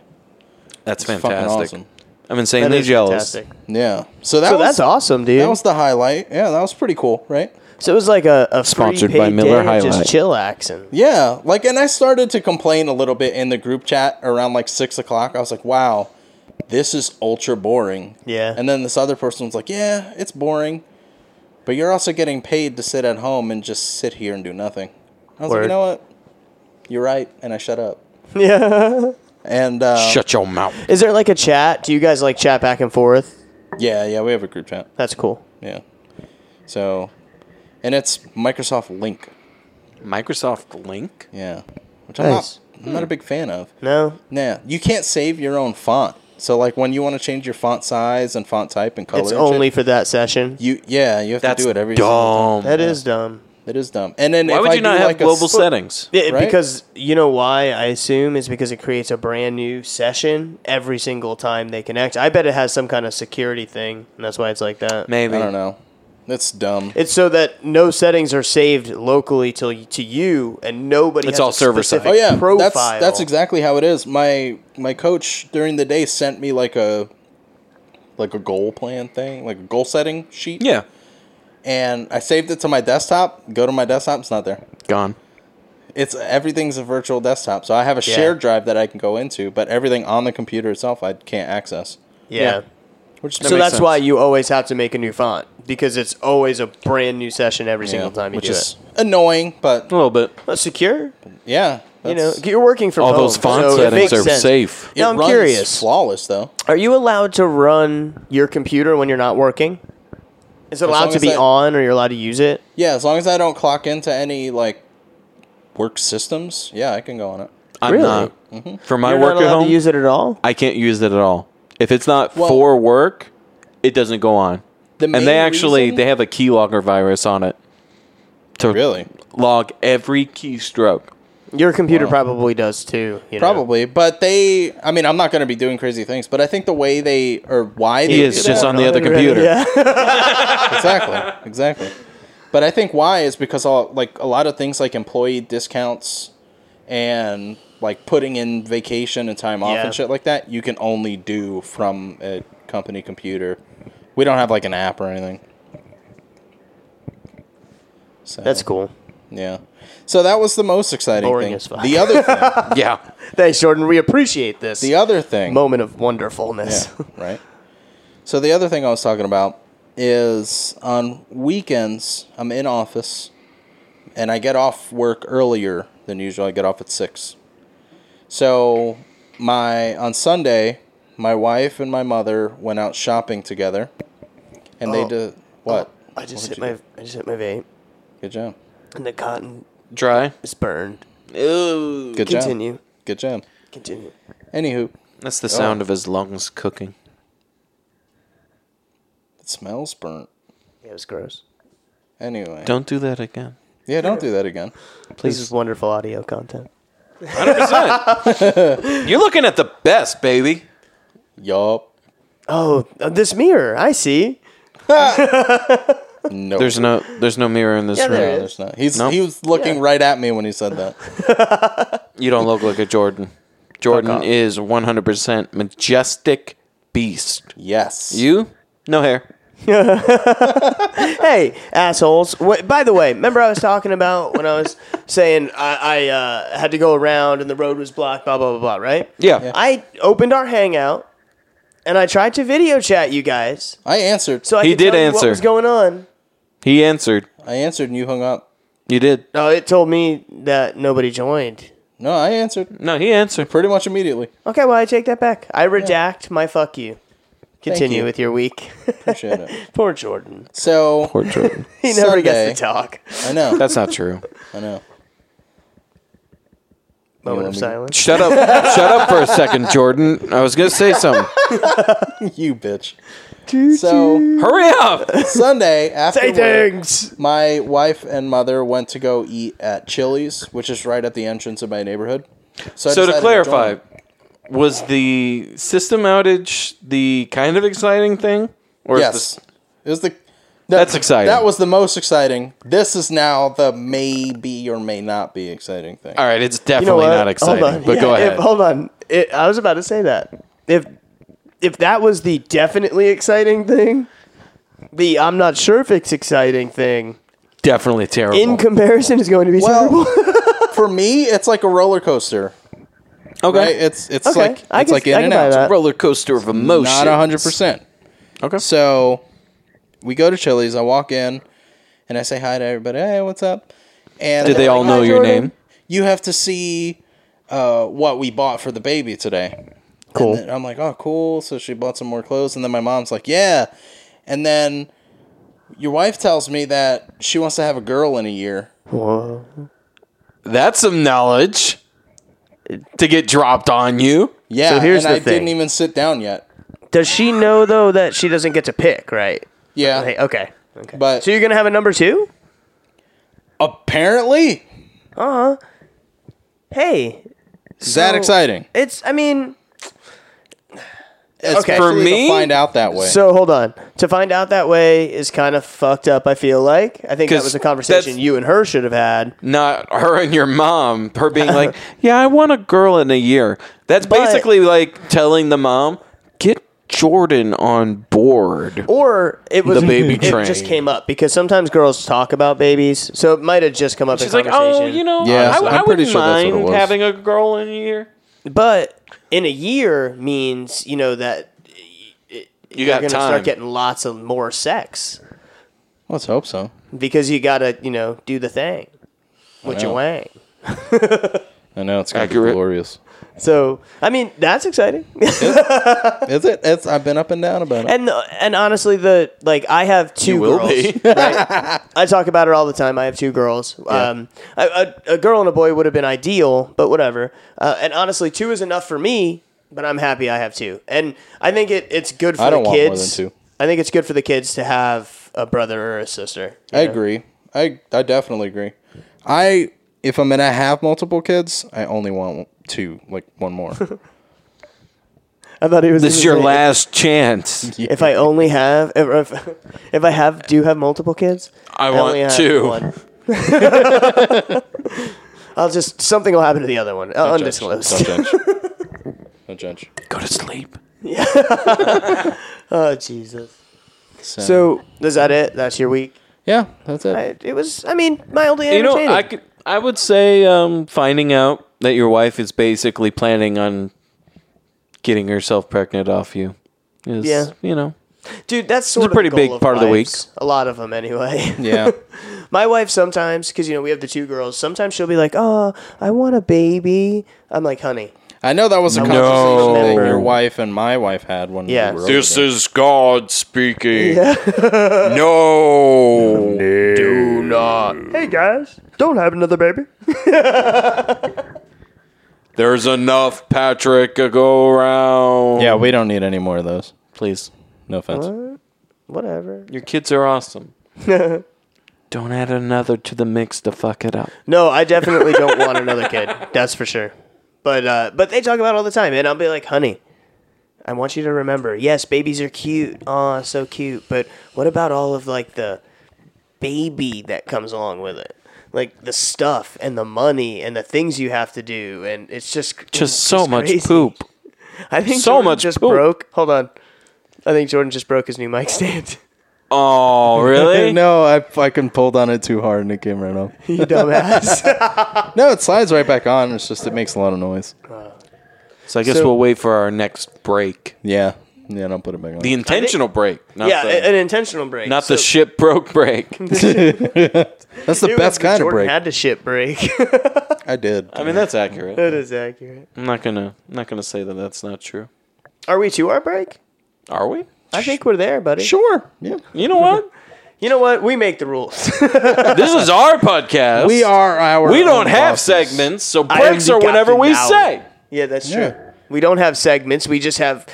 That's Fucking fantastic. awesome. I'm That insanely is jealous. fantastic. Yeah. So that So was that's awesome, dude. that was the highlight. Yeah, that was pretty cool, right? so it was like a, a Sponsored free by paid Miller day of Highlight. just chillaxing. Yeah, like, and I started to complain a little bit in the group chat around like six o'clock. I was like, "Wow, this is ultra boring." Yeah. And then this other person was like, "Yeah, it's boring, but you're also getting paid to sit at home and just sit here and do nothing." I was like, "You Word. know what? You're right," and I shut up. Yeah. And uh, Shut your mouth. Um, Is there like a chat? Do you guys like chat back and forth? yeah, yeah, we have a group chat. That's cool. Yeah. So, and it's Microsoft Link. Microsoft Link? Yeah, which I'm Nice. not, I'm not a big fan of. No. Nah, you can't save your own font. So like when you want to change your font size and font type and color, It's and only shit, for that session. you. Yeah, you have That's to do it every. single dumb. That is dumb. time. It is dumb. And then Why if would I you not do, have like, a global s- settings? It- Right? Because you know why I assume is because it creates a brand new session every single time they connect. I bet it has some kind of security thing, and that's why it's like that. Maybe. I don't know. That's dumb. It's so that no settings are saved locally till y- to you, and nobody. It's has all a server specific side. oh yeah, profile. that's that's exactly how it is. My my coach during the day sent me like a like a goal plan thing, like a goal setting sheet. Yeah. And I saved it to my desktop. Go to my desktop. It's not there. Gone. It's everything's a virtual desktop. So I have a Yeah. shared drive that I can go into, but everything on the computer itself I can't access. yeah. Which is So that's sense. why you always have to make a new font. because it's always a brand new session every single time you which do is it. annoying, but A little bit. Well, secure. yeah, You know, that's- you're working from Oh, All home, those font so it settings makes are sense. safe. it Now I'm runs curious. Flawless though. Are you allowed to run your computer when you're not working? Is it allowed long to as be I- on, or you're allowed to use it? Yeah, as long as I don't clock into any like work systems, yeah, I can go on it. I'm Really? not. Mm-hmm. For my You're work not at allowed home, to use it at all. I can't use it at all. If it's not Well- for work, it doesn't go on. The main and they actually reason- they have a keylogger virus on it to Really? log every keystroke. Your computer probably does too. you know. Probably, but they. I mean, I'm not going to be doing crazy things, but I think the way they or why they He do is that- just on the other computer. Yeah. exactly, exactly. But I think why is because all like a lot of things like employee discounts and like putting in vacation and time off Yeah. and shit like that, you can only do from a company computer. We don't have like an app or anything. So, That's cool. Yeah. So that was the most exciting Boring thing. as fuck. The other thing, Yeah. Thanks, Jordan. We appreciate this the other thing. moment of wonderfulness. Yeah, right. So the other thing I was talking about is on weekends I'm in office and I get off work earlier than usual. I get off at six. So my on Sunday, my wife and my mother went out shopping together, and they Oh. did what? I just hit my I just hit my vape, Good job. and the cotton Dry. is burned. Ooh. Good Continue. job. Good job. Continue. Anywho, That's the sound of his lungs cooking. it smells burnt. Yeah, it was gross. Anyway, Don't do that again. yeah, don't do that again. This is wonderful audio content. You're looking at the best, baby. Yup. Oh, uh, this mirror. I see. No. There's no there's no mirror in this Yeah, there room. No, is. there's not. He's No? he was looking right at me when he said that. You don't look like a Jordan. Jordan is 100% majestic beast. Yes. You? No hair. Hey, assholes. Wait, by the way, remember I was talking about when I was saying I, I uh, had to go around and the road was blocked, blah, blah, blah, blah, right? Yeah. I opened our Hangout and I tried to video chat you guys. I answered. So I He could did tell you answer. what was going on. He answered. I answered and you hung up. You did. No, it told me that nobody joined. No, I answered No, he answered. pretty much immediately. Okay, well, I take that back. I redact my fuck you. Continue you. with your week. Appreciate it. Poor Jordan. So Poor Jordan. He never Sunday. gets to talk. I know. That's not true. I know. Moment want of me- silence. Shut up. Shut up for a second, Jordan. I was going to say something. You bitch. So Hurry up. Sunday after Say work, things. my wife and mother went to go eat at Chili's, which is right at the entrance of my neighborhood. I So decided to join clarify, them. was the system outage the kind of exciting thing? Or is yes, this- it was the that's exciting. that was the most exciting. This is now the maybe or may not be exciting thing. All right, it's You know definitely what? not exciting. Hold on. But Yeah, go if- ahead. hold on. It, I was about to say that. If if that was the definitely exciting thing, the I'm not sure if it's exciting thing definitely terrible. in comparison is going to be Well, terrible. for me, it's like a roller coaster. okay. Right? It's it's Okay, like I it's can- like I in can and buy out. that. Roller coaster of emotion. Not hundred percent. Okay. So we go to Chili's. I walk in and I say hi to everybody. Hey, what's up? And Did they they're all like, know "Hi, your Jordan. name? You have to see uh, what we bought for the baby today. Cool. And then I'm like, oh, cool. So she bought some more clothes, and then my mom's like, yeah. And then your wife tells me that she wants to have a girl in a year. That's some knowledge to get dropped on you. Yeah. here's and the I didn't thing. even sit down yet. Does she know though that she doesn't get to pick? Right. Yeah. Hey, okay. uh, Okay. But- so you're gonna have a number two? Apparently, Hey, is that So- exciting? it's. I mean, Especially For me- to find out that way. so hold on. To find out that way is kind of fucked up. I feel like. I think that 'Cause was a conversation that's- you and her should have had. Not her and your mom. Her being like, "Yeah, I want a girl in a year." That's But- basically like telling the mom, "Get Jordan on board." or it was The baby it train. just came up because sometimes girls talk about babies, so it might have just come up. She's in like, "Oh, conversation. you know, Yeah, I, I I'm pretty wouldn't sure that's what it mind was. having a girl in a year." But in a year means you know that You you're got gonna time. start getting lots of more sex. Let's hope so. because you gotta you know do the thing with your Wow. wang. I know it's gonna Accurate. be glorious. So I mean that's exciting. Is it? It's. I've been up and down about it. and the, and honestly the like I have two will girls. be. right? I talk about it all the time. I have two girls. Um, a, a, a girl and a boy would have been ideal, but whatever. Uh, and honestly, two is enough for me. But I'm happy I have two, and I think it, it's good for I don't the want more kids. than two. I think it's good for the kids to have a brother or a sister. I agree. I I definitely agree. I if I'm gonna have multiple kids, I only want two, like one more. I thought he was. This is your last chance. If I only have, if, if, if I have, do have multiple kids, I only want have two. one. I'll just something will happen to the other one. Uh, undisclosed. Don't judge. Don't judge. Go to sleep. oh Jesus. So is that it? That's your week. yeah, that's it. I, it was. I mean, mildly You know, entertaining. I could, I would say um, finding out that your wife is basically planning on getting herself pregnant off you is, Yeah. you know, Dude, that's sort a of pretty the goal big part of the week. wives. A lot of them, anyway. yeah, My wife sometimes, because you know we have the two girls. Sometimes she'll be like, "Oh, I want a baby." I'm like, "Honey, I know that was a conversation that your wife and my wife had when Yeah. we were This over is God speaking. no. Do not. Hey guys, don't have another baby. There's enough Patrick to go around. there. Yeah, we don't need any more of those. please. No offense. whatever." Your kids are awesome. Don't add another to the mix to fuck it up. No, I definitely don't want another kid. That's for sure. But uh, but they talk about it all the time, and I'll be like, "Honey, I want you to remember. Yes, babies are cute. Aw, so cute. But what about all of like the baby that comes along with it? Like the stuff and the money and the things you have to do, and it's just it's Just so much crazy. poop. I think so Jordan much just poop. broke. Hold on, I think Jordan just broke his new mic stand. Oh, really? No, I fucking pulled on it too hard and it came right off. you dumbass. No, it slides right back on. It's just it makes a lot of noise. So I guess So- we'll wait for our next break. Yeah, yeah. Don't put it back on. The intentional break, not yeah, the, an intentional break. not So the shit broke break. That's the it was best that kind of Jordan break. Had to shit break. I did. I mean, that's accurate. that is accurate. I'm not gonna I'm not gonna say that that's not true. Are we to our break? Are we? I think we're there, buddy. Sure. Yeah. You know what? You know what? We make the rules. this is our podcast. We are our. We own don't have bosses. segments, so I am breaks the are whenever captain we now. say. yeah, that's Yeah. true. We don't have segments. We just have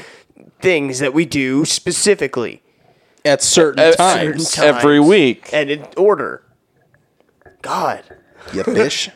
things that we do specifically at certain At times. certain Every times. week, and in order. God. You fish.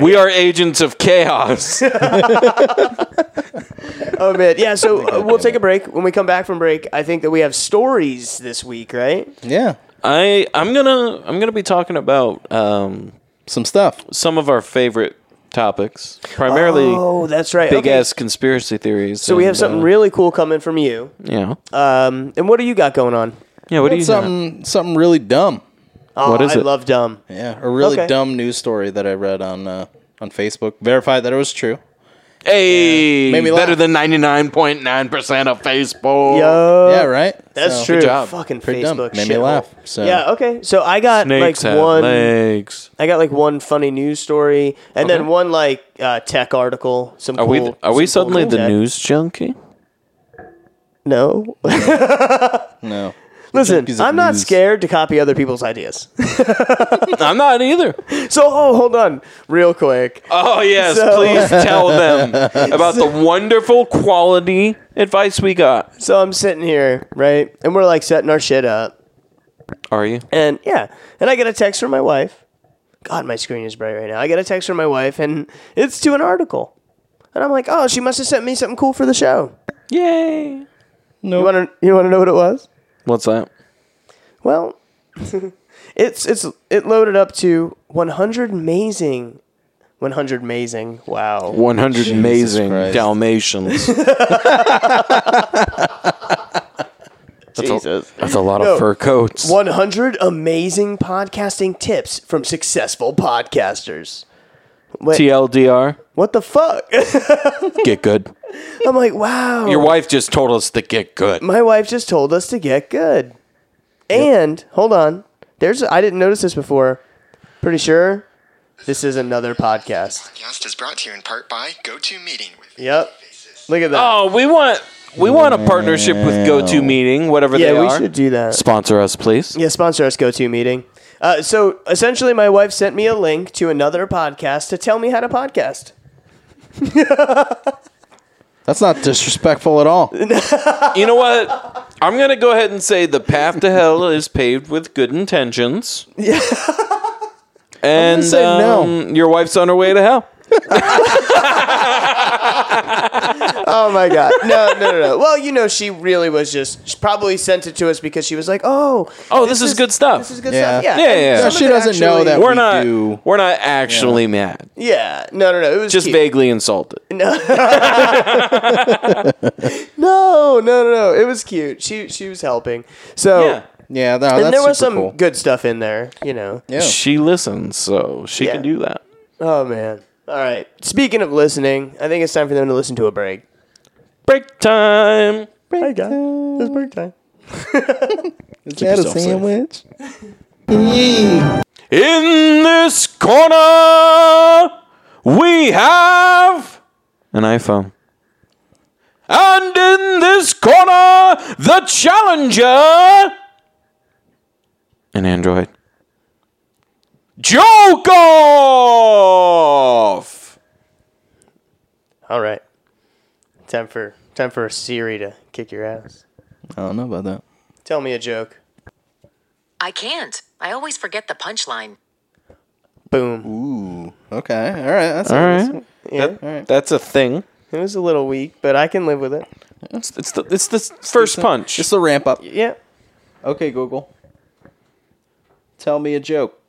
we are agents of chaos. Oh man. Yeah. So uh, we'll take a break. When we come back from break, I think that we have stories this week, right? yeah. I I'm gonna I'm gonna be talking about um, Some stuff. some of our favorite topics, primarily Oh, that's right. big Okay. ass uh, conspiracy theories. So we have something really cool coming from you. yeah. Um, and what do you got going on? yeah. What do you got? Something something really dumb. Oh, What is I it? love dumb. Yeah, a really Okay. dumb news story that I read on uh, on Facebook. Verified that it was true. Hey, Made me laugh. better than 99.9 percent of Facebook. Yo. yeah, right. Uh, That's So, true. job. Fucking Pretty dumb. Facebook Made me shithole. laugh. So Yeah. Okay. So I got Snakes like have one. legs. I got like one funny news story, and then one like uh, tech article. Some Are cool, we are we some cool suddenly the tech. news junkie? No, no. listen, Junkies of I'm not news. scared to copy other people's ideas. I'm not either. so oh, hold on, real quick. Oh yes, So- please tell them about the wonderful quality advice we got. So I'm sitting here, right, and we're like setting our shit up, Are you? and yeah, and I get a text from my wife. God, my screen is bright right now. I get a text from my wife, and it's to an article, and I'm like, oh, she must have sent me something cool for the show. Yay. You want to you want to know what it was? What's that? Well, it's it's it loaded up to 100 amazing, 100 amazing. Wow. 100 amazing Christ. Dalmatians. that's, Jesus. A, that's a lot No. of fur coats. 100 amazing podcasting tips from successful podcasters. Wait, TLDR, what the fuck? get good. I'm like, wow. Your wife just told us to get good. My wife just told us to get good. And hold on, There's I didn't notice this before. Pretty sure this is another podcast. podcast is brought to you in part by GoToMeeting with Yep. Look at that. Oh, we want we want a partnership with GoToMeeting, whatever yeah, they we are. should do that. Sponsor us, please. Yeah, sponsor us go-to meeting. Uh, so essentially, my wife sent me a link to another podcast to tell me how to podcast. That's not disrespectful at all. You know what? I'm gonna go ahead and say the path to hell is paved with good intentions. Yeah. And say no. um, your wife's on her way to hell. Oh my god! No, no, no, no. Well, you know, she really was just she probably sent it to us because she was like, "Oh, Oh, this, is, good stuff. this is good Yeah. stuff." Yeah, Yeah, and yeah, yeah. some No, of she it doesn't know that we're we not do. we're not actually mad. Yeah, no, no, no. It was Just cute. vaguely insulted. No, no, no, no. It was cute. She she was helping. So Yeah. Yeah, no, that's and there was super some cool. good stuff in there. You know. Yeah. She listens, so she Yeah. can do that. Oh man. All right. Speaking of listening, I think it's time for them to listen to a break. Break time. Hey guys, it's break time. Is that a yourself safe. sandwich? In this corner, we have an iPhone. And in this corner, the challenger, an Android. Joke off! All right. Time for time for Siri to kick your ass. I don't know about that. Tell me a joke. I can't. I always forget the punchline. Boom. Okay, all right, that's All right. Yeah. That's a thing. It was a little weak, but I can live with it. It's, it's, the, it's the first punch. Just the ramp up. Yeah. Okay, Google. Tell me a joke.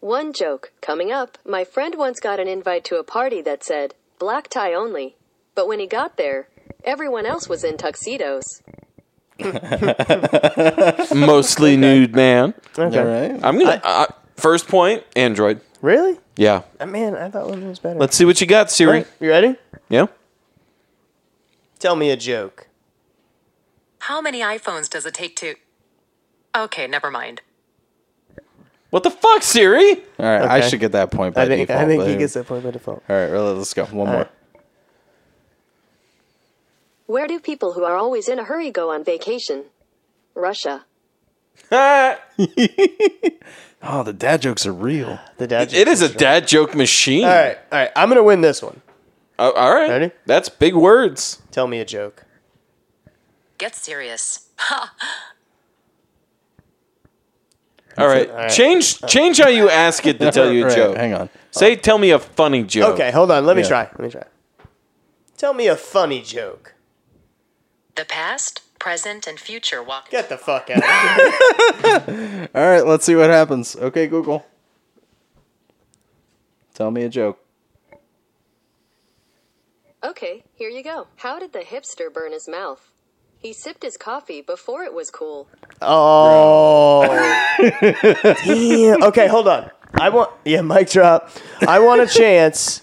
One joke coming up. My friend once got an invite to a party that said black tie only. But when he got there, everyone else was in tuxedos. Mostly nude man. All right. I'm gonna. I, first point, Android. Really? Yeah. Uh, Man, I thought one was better. Let's see what you got, All Siri. right, You ready? Yeah. Tell me a joke. How many iPhones does it take to. Okay, never mind. What the fuck, Siri? All right, I Okay. should get that point by I think default. I think but- he gets that point by default. All right, well, let's go. One more. right. Where do people who are always in a hurry go on vacation? Russia. Ah, Oh, the dad jokes are real. The dad. joke. it is a dad joke machine. All right. All right. I'm gonna win this one. Uh, all right. Ready? That's big words. Tell me a joke. Get serious. All right. Change change how you ask it to tell you a Right, joke. Hang on. Say, tell me a funny joke. Okay, hold on. Let me Yeah. try. Let me try. Tell me a funny joke. The past, present, and future walk. Get the fuck out. of here. All right, let's see what happens. Okay, Google. Tell me a joke. Okay, here you go. How did the hipster burn his mouth? He sipped his coffee before it was cool. Oh. Damn. Okay, hold on. I want yeah, mic drop. I want a chance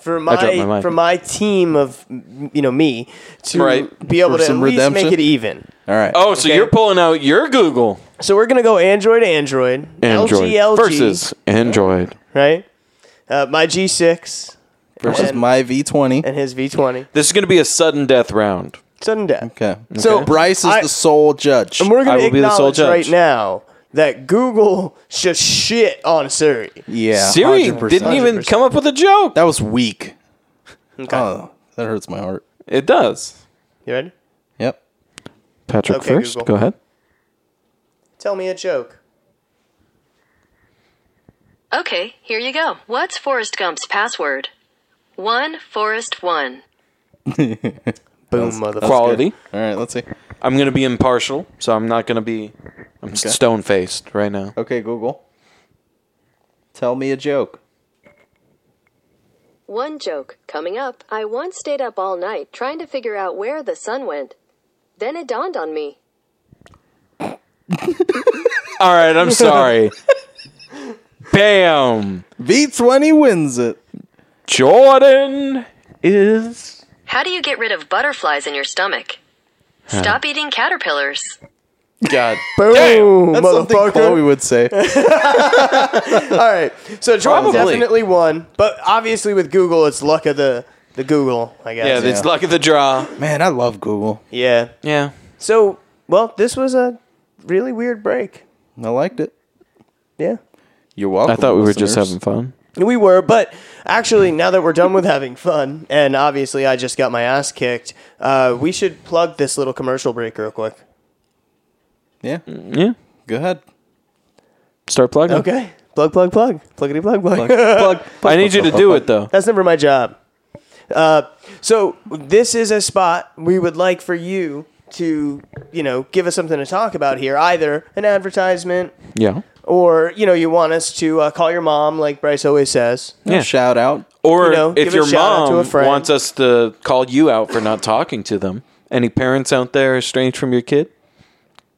for dropped my, my mic. for my team of m- you know me to Right. be able For to at some least make redemption? it even. All right. Oh, so you're pulling out your Google. So we're gonna go Android Android, Android LG LG versus Android. right. Uh, my G6 versus and- my V20. and his V20 This is going to be a sudden death round. sudden death. Okay. So Bryce is I- the sole judge. And we're I going to will be the sole acknowledge right judge. now that Google just shit on Siri. yeah. Siri 100%. didn't even come up with a joke. That was weak. Oh, that hurts my heart. It does. You ready? Yep. Patrick Okay, first. Google. Go ahead. Tell me a joke. Okay, here you go. What's Forrest Gump's password? One Forrest One. Boom, motherfucker. Quality. All right, let's see. I'm going to be impartial, so I'm not going to be. I'm stone faced right now. Okay, Google. Tell me a joke. One joke coming up. I once stayed up all night trying to figure out where the sun went. Then it dawned on me. All right, I'm sorry. Bam. V20 wins it. Jordan is How do you get rid of butterflies in your stomach? Stop eating caterpillars. God. Boom, That's something motherfucker. Chloe would say. All right. So Trump Probably. definitely won, but obviously with Google, it's luck of the the Google, I Yeah, guess. it's luck of the draw. Man, I love Google. Yeah. Yeah. So, well, this was a really weird break. I liked it. Yeah. You're welcome. I thought we were just listeners. having fun. We were, but actually, now that we're done with having fun, and obviously I just got my ass kicked, uh, we should plug this little commercial break real quick. Yeah. Mm-hmm. Yeah. Go ahead. Start plugging. Okay. Plug, plug, plug. Pluggity, plug, plug. plug. I need you to do it though. That's never my job. Uh, so this is a spot we would like for you to, you know, give us something to talk about here. Either an advertisement, Yeah. or you know, you want us to uh, call your mom, like Bryce always says. Yeah. Shout out. Or You know, give if a your shout-out to a mom friend. wants us to call you out for not talking to them, any parents out there estranged from your kid,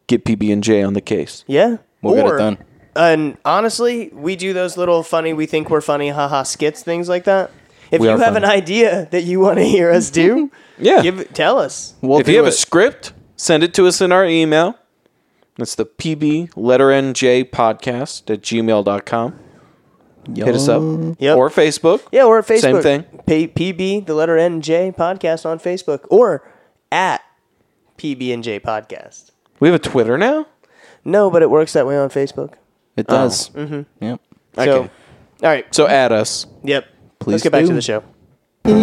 get PB and J on the case. Yeah, We'll or, get it done. And honestly, we do those little funny, we think we're funny, haha skits, things like that. If We you are have funny. an idea that you want to hear us do, Yeah. give tell us. We'll if you have do a script, send it to us in our email. That's the PB letter NJ podcast at gmail.com. it. Hit us up. Yep. Or Facebook. Yeah, or at Facebook. Same thing. P- PB, the letter N J podcast on Facebook, or at PB and J podcast. We have a Twitter now? No, but it works that way on Facebook. It Oh. does. Mm-hmm. Yep. So, all right. So add us. Yep. Please Let's get back do. to the show.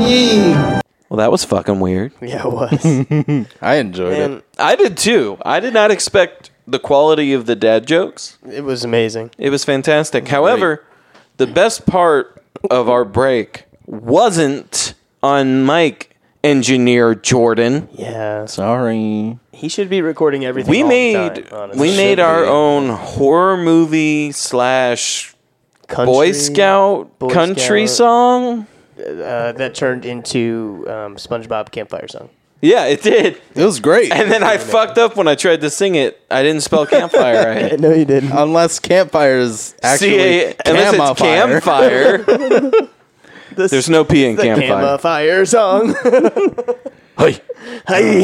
Well, that was fucking weird. Yeah, it was. I enjoyed and it. I did too. I did not expect the quality of the dad jokes. it was amazing. It was fantastic. However, the best part of our break wasn't on Mike Engineer Jordan. Yeah. Sorry. He should be recording everything. We all the made time, honestly. we made our be. own horror movie slash Country, Boy Scout Boy country Scout. song. uh, that turned into um, SpongeBob campfire song. Yeah, it did. It was great. And then I fucked up when I tried to sing it. I didn't spell campfire right. No, you didn't. Unless campfire is actually See, unless it's campfire. campfire. There's no P in campfire. Campfire song. Hey. hey.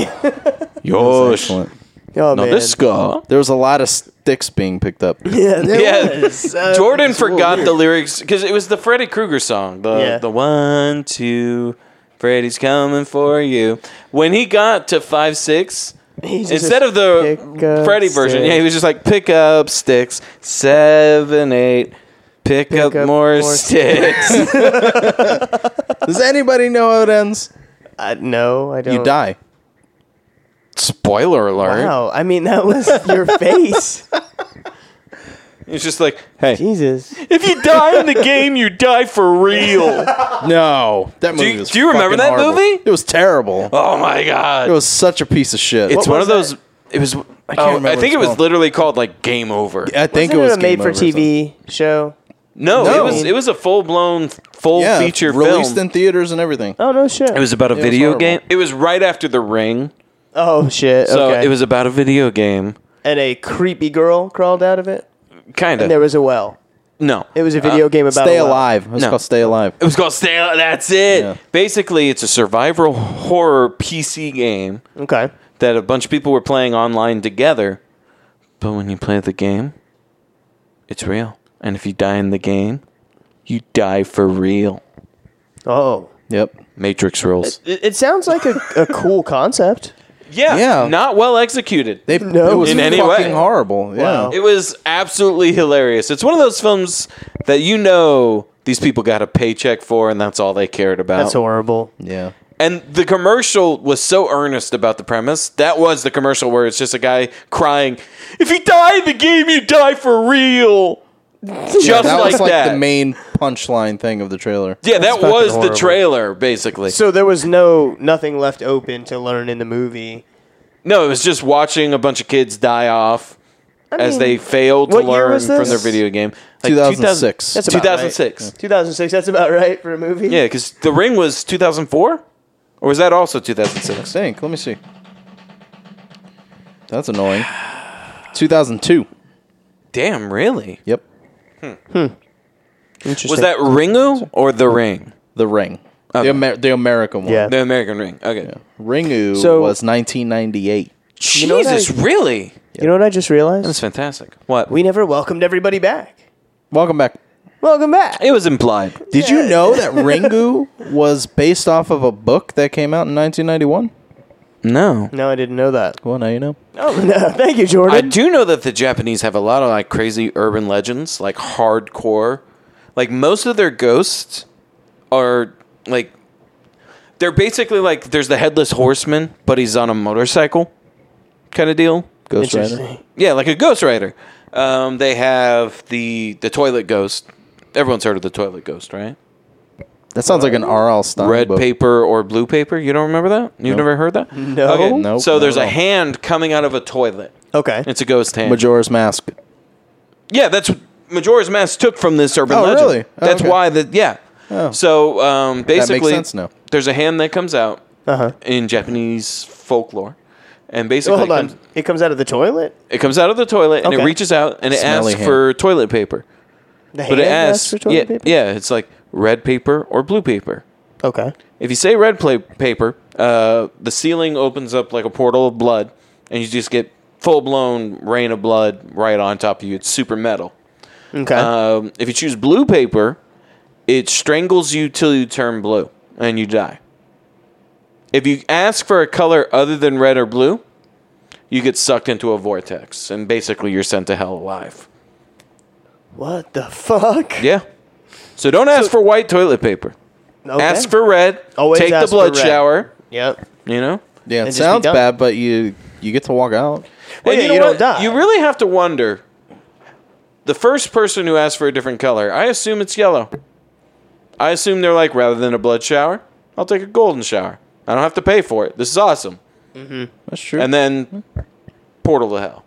Yosh. Excellent. Oh Now man. this guy. There was a lot of sticks being picked up. yeah, there Yeah. Oh, was. Uh, Jordan forgot the lyrics because it was the Freddy Krueger song. The Yeah. the one two, Freddy's coming for you. When he got to five six, he just instead says, of the "Pick up Freddy version, sticks." yeah, he was just like pick up sticks seven eight. Pick, up, up more, more sticks. Does anybody know how it ends? Uh, no, I don't. You die. Spoiler alert. Wow. I mean, that was your face. It's just like, hey, Jesus. if you die in the game, you die for real. No, that movie. you- was do you remember fucking that horrible. movie? It was terrible. Oh my god! It was such a piece of shit. What it's one was of those. It was. I, oh, remember I what think it's it was called. literally called like Game Over. I think Wasn't it was a made Game for Over or something. TV show. No, No. it was. It was a full blown, full Yeah, feature released film. in theaters and everything. Oh no shit. it was about a was video horrible. game. It was right after The Ring, oh shit. so okay. it was about a video game. and a creepy girl crawled out of it. Kind There of. was a well. No, It was a video game about Stay a well. alive. It's No. called Stay Alive. It was called Stay. That's it. Yeah. Basically, it's a survival horror PC game Okay. that a bunch of people were playing online together. But when you play the game, it's real. And if you die in the game, you die for real. Oh. Yep. Matrix rules. It, it sounds like a, a cool concept. Uh, Yeah, Yeah. Not well executed. They No. it was In any fucking way. horrible. Wow. Yeah. It was absolutely hilarious. It's one of those films that you know these people got a paycheck for, and that's all they cared about. That's horrible. Yeah. and the commercial was so earnest about the premise. That was the commercial where it's just a guy crying, "If you die in the game, you die for real." Just Yeah, that like, was like that. the main punchline thing of the trailer. yeah, that fucking was the horrible. trailer basically. So there was no nothing left open to learn in the movie. no, it was just watching a bunch of kids die off as they fail to what year learn was from this? their video game. 2006. That's about 2006. Right. 2006. That's about right for a movie. Yeah, because The Ring was 2004? Or was that also 2006? Think. Let me see. That's annoying. 2002. Damn, really? Yep. Interesting. Was that Ringu or The Ring? The Ring. The, Amer- the American one. Yeah. The American Ring. Okay. Ringu So- was 1998. Jesus, know what I- really? You know what I just realized? That's fantastic. What? We never welcomed everybody back. Welcome back. Welcome back. It was implied. Did you know that Ringu was based off of a book that came out in 1991? No. No, I didn't know that. Well, now you know. Oh, no. Thank you, I Jordan. do know that the Japanese have a lot of like crazy urban legends, like hardcore. Like most of their ghosts are like they're basically like there's the headless horseman, but he's on a motorcycle kind of deal. Ghost Rider. Interesting. Yeah, like a Ghost Rider. Um, they have the the toilet ghost. Everyone's heard of the toilet ghost, right? That sounds like an R.L. Stein Red book. paper or blue paper. You don't remember that? You've never heard that? No. Nope, so there's not a at all. hand coming out of a toilet. Okay. It's a ghost hand. Majora's Mask. Yeah, that's what Majora's Mask took from this urban Oh, legend. really? Oh, that's okay. why the yeah. Oh. So um, makes basically, sense now. there's a hand that comes out Uh-huh. in Japanese folklore, and basically Well, hold it, on. comes, It comes out of the toilet? it comes out of the toilet and it Okay. reaches out and it Smelly asks hand. for toilet paper. The But hand it asks, for toilet yeah, paper? yeah, it's like red paper or blue paper. Okay. If you say red pla paper, uh, the ceiling opens up like a portal of blood, and you just get full blown rain of blood right on top of you. It's super metal. Okay. Um, if you choose blue paper, it strangles you till you turn blue and you die. If you ask for a color other than red or blue, you get sucked into a vortex and basically you're sent to hell alive. what the fuck? Yeah. So don't ask for white toilet paper. Okay. Ask for red. Always take the ask for blood red. shower. Yep. You know. Yeah, it just be sounds done. bad, but you you get to walk out. Well, And yeah, know you don't what? die. You really have to wonder. The first person who asked for a different color, I assume it's yellow. I assume they're like, rather than a blood shower, I'll take a golden shower. I don't have to pay for it. This is awesome. That's true. And then portal to hell.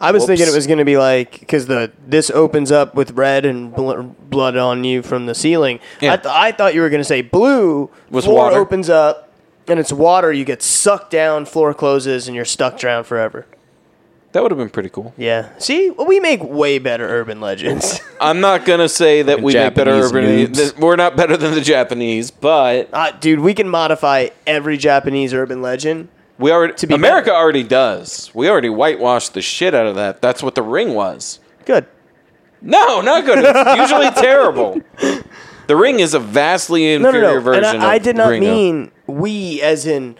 I was thinking it Whoops. was going to be like because the this opens up with red and bl- blood on you from the ceiling. Yeah. I, th- I thought you were going to say blue Was floor water. opens up and it's water. You get sucked down, floor closes, and you're stuck drowned forever. That would have been pretty cool. Yeah. See, well, we make way better urban legends. I'm not gonna say that we make better Japanese urban. noobs. that We're not better than the Japanese, but uh, dude, we can modify every Japanese urban legend. we already. be America better. already does. We already whitewashed the shit out of that. That's what the ring was. Good. No, not good. It's usually terrible. The Ring is a vastly No, inferior no, no. version. And of I, I did not Ringo. mean we as in.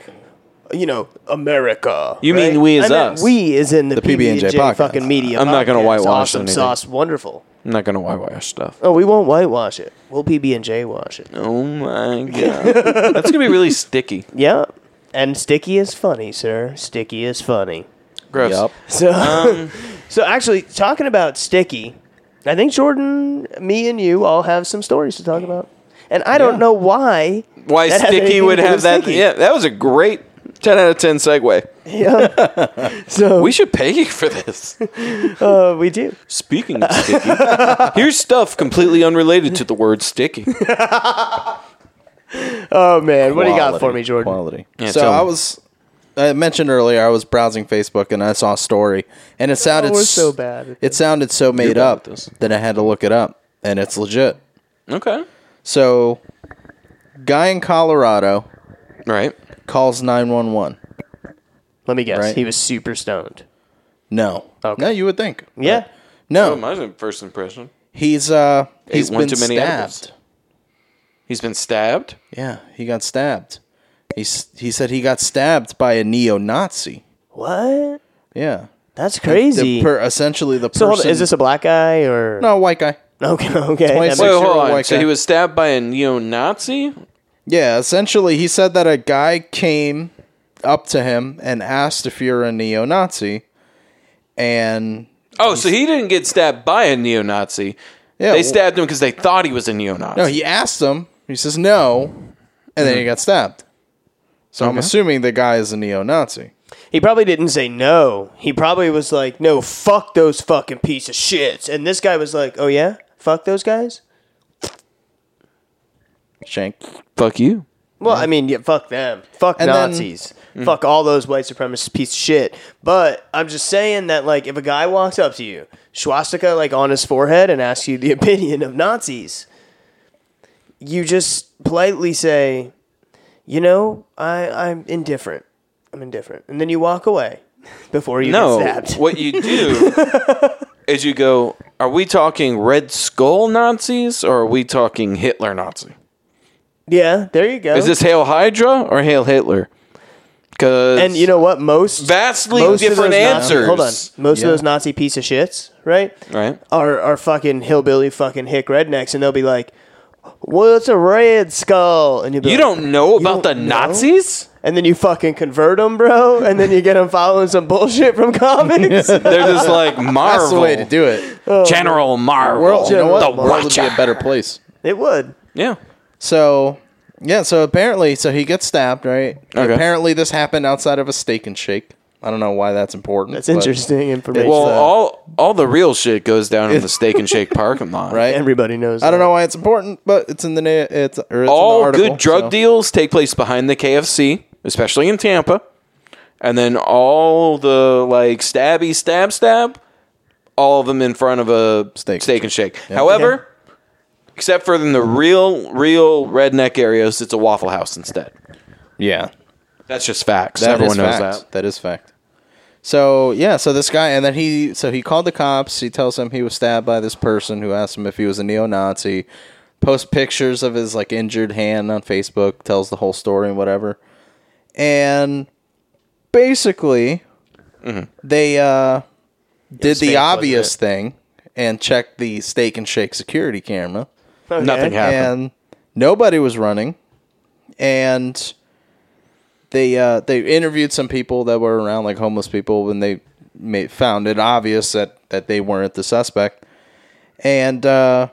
You know, America. You mean right? we as I meant us. We is in the, PB&J PB&J, podcast. fucking media. I'm not gonna podcast. whitewash awesome anything. sauce. Wonderful. I'm not gonna whitewash stuff. Oh, we won't whitewash it. We'll PB and J wash it. Oh my god, that's gonna be really sticky. Yeah, and sticky is funny, sir. Sticky is funny. Gross. Yup. So, Um. so actually, talking about sticky, I think Jordan, me, and you all have some stories to talk about, and I don't know why. Why That has sticky anything would to do have with that? sticky. Yeah, that was a great ten out of ten segue. Yeah. so We we, should pay you for this. uh, we do. Speaking of sticky, here's stuff completely unrelated to the word sticky. Oh man, what do you got for Quality. me, Jordan? Quality. Yeah, so tell me. I was I mentioned earlier I was browsing Facebook and I saw a story and it sounded Oh, we're s- so bad at It sounded so made bad up at this. that I had to look it up and it's legit. Okay. So guy in Colorado Right. calls 911. Let me guess. Right. He was super stoned. No. Okay. No, you would think. Yeah. Oh, No. my first impression. He's uh he's one been too many edibles. stabbed. He's been stabbed. Yeah, he got stabbed. He s- he said he got stabbed by a neo-Nazi. What? Yeah. That's The crazy. per, essentially the so person hold on, is this a black guy or No, white guy. Okay, okay. that Twice- makes- Wait, hold Six-year-old on. white So guy. he was stabbed by a neo-Nazi. Yeah, essentially, he said that a guy came up to him and asked if you're a neo Nazi. And Oh, so he didn't get stabbed by a neo-Nazi. yeah, they well, stabbed him because they thought he was a neo-Nazi. Oh. no, he asked him. He says no. And then he got stabbed. So I'm assuming the guy is a neo Nazi. He probably didn't say no. He probably was like, "No, fuck those fucking piece of shits." And this guy was like, "Oh yeah, fuck those guys." Shank. Fuck you. Well, I mean, yeah, fuck them, fuck And then- Nazis, Mm. fuck all those white supremacist piece of shit. But I'm just saying that, like, if a guy walks up to you, swastika like on his forehead, and asks you the opinion of Nazis, you just politely say, "You know, I I'm indifferent. I'm indifferent," and then you walk away. before you no, get stabbed. what you do is you go. Are we talking Red Skull Nazis or are we talking Hitler Nazi? Yeah, there you go. Is this Hail Hydra or Hail Hitler? Because and you know what? Most vastly most of different those Nazi- answers. hold on, most Yeah. of those Nazi piece of shits, right? Right. Are are fucking hillbilly fucking hick rednecks, and they'll be like, "Well, it's a red skull," and you'll be You like, don't know about don't the know? Nazis? and then you fucking convert them, bro, and then you get them following some bullshit from comics. They're just like Marvel. That's the way to do it. General Marvel. World, you know what? The The world would be Watcher. a better place. uh, it would. yeah. So, yeah. So apparently, so he gets stabbed, right? Okay. Apparently, this happened outside of a steak and shake. I don't know why that's important. That's but- interesting information. Well, uh, all all the real shit goes down in the Steak and Shake parking lot. right? everybody knows. I don't that. know why it's important, but it's in the na- it's, or it's in All the article, good drug so- deals take place behind the KFC, especially in Tampa. And then all the like stabby stab stab, all of them in front of a Steak and steak, and shake. However, except for in the real real redneck areas, it's a Waffle House instead. Yeah, That's just facts. That Everyone is knows fact. that. That is fact. So yeah, so this guy, and then he, so he called the cops. He tells him he was stabbed by this person who asked him if he was a neo-Nazi. Posts pictures of his like injured hand on Facebook. Tells the whole story and whatever. And basically, they uh, did the obvious thing and checked the steak and shake security camera Okay. Nothing happened. and nobody was running and they uh, they interviewed some people that were around like homeless people when they made, found it obvious that that they weren't the suspect and uh,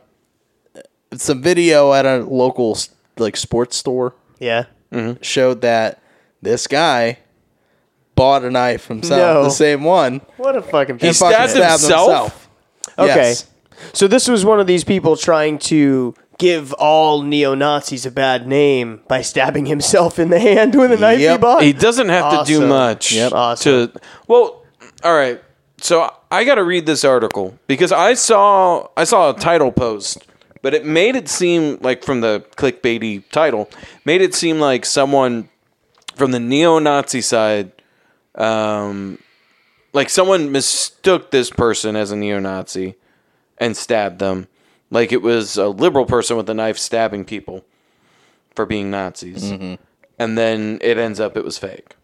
some video at a local s- like sports store Yeah. showed that this guy bought a knife himself No. the same one What a fucking. and piece of fucking stabbed shit. himself? Okay. Yes. So this was one of these people trying to give all neo Nazis a bad name by stabbing himself in the hand with a knife he Yep. bought. He doesn't have to do Awesome. much. Yep. Awesome. To well, all right. So I got to read this article because I saw I saw a title post, but it made it seem like from the clickbaity title made it seem like someone from the neo-Nazi side, um, like someone mistook this person as a neo-Nazi and stabbed them, like it was a liberal person with a knife stabbing people for being Nazis Mm-hmm. and then it ends up it was fake.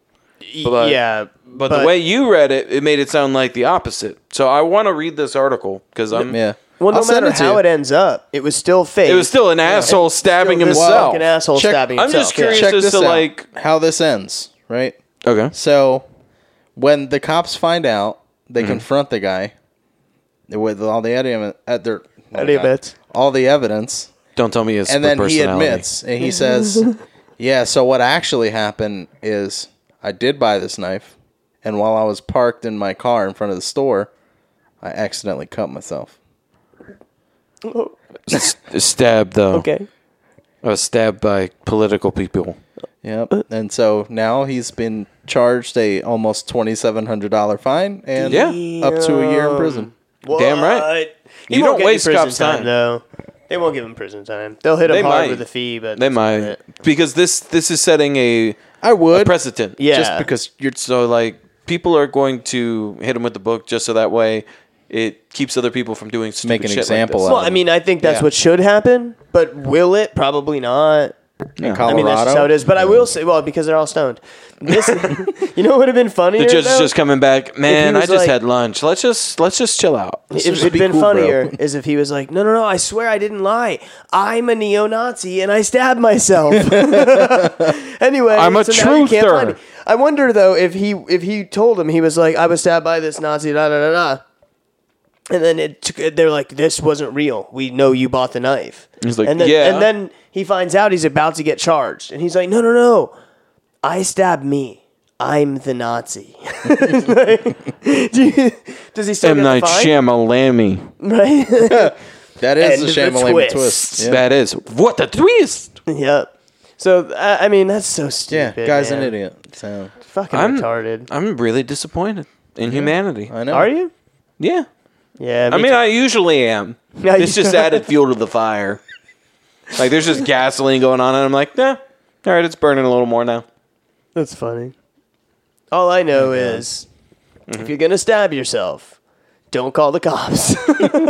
But- yeah, But, the way you read it, it made it sound like the opposite. So I want to read this article because I'm. yeah well, no I'll send matter to how you. it ends up, it was still fake. It was still an asshole stabbing this himself. fucking asshole Check- stabbing I'm himself. just curious check as this to out, like. how this ends right Okay. So when the cops find out, they Mm-hmm. confront the guy with all the evidence at their oh, Any of God. it. all the evidence, Don't tell me it's and then he personality. admits and he says, "Yeah, so what actually happened is I did buy this knife, and while I was parked in my car in front of the store, I accidentally cut myself." stabbed though. Okay. I was stabbed by political people. Uh. Yep. And so now he's been charged a almost twenty seven hundred dollar fine and Yeah. up to a year in prison. Damn right. What? He You won't don't get any waste prison cops' time. though. They won't give him prison time. They'll hit him They hard might. with a fee, but They that's about might it. because this this is setting a, I a would. precedent. Yeah. Just because you're So like people are going to hit him with the book just so that way it keeps other people from doing stupid Make an shit like example this. out Well, I mean, I think that's what should happen, but will it? Probably not. in I Colorado. I mean, that's just how it is. But I will say, well, because they're all stoned. This, you know, what would have been funnier. The judge is though? just coming back. Man, I was just like- had lunch. Let's just let's just chill out. It would would have be been cool, bro. funnier is if he was like, no, no, no, I swear I didn't lie. I'm a neo-Nazi and I stabbed myself. anyway, I'm a so now you can't truther. find me. I wonder though if he if he told him he was like, I was stabbed by this Nazi, da da da da. And then it took, they're like, this wasn't real. We know you bought the knife. He's like, and then, "Yeah." And then he finds out he's about to get charged, and he's like, no, no, no, I stabbed me. I'm the Nazi. Do you- does he still M get the Night fine? Shyamalami. Right. That is End a of the Shyamalan twist. twist. Yeah. That is what the twist. Yep. So I I mean that's so yeah, stupid. guy's man. an idiot. So Fucking I'm- retarded. I'm really disappointed in humanity. I know. Are you? Yeah, Yeah. I me mean, too. I usually am. Yeah, It's you- just added fuel to the fire. Like there's just gasoline going on, and I'm like, nah. All right, it's burning a little more now. Oh that's funny. All I know is Mm-hmm. If you're gonna stab yourself, don't call the cops.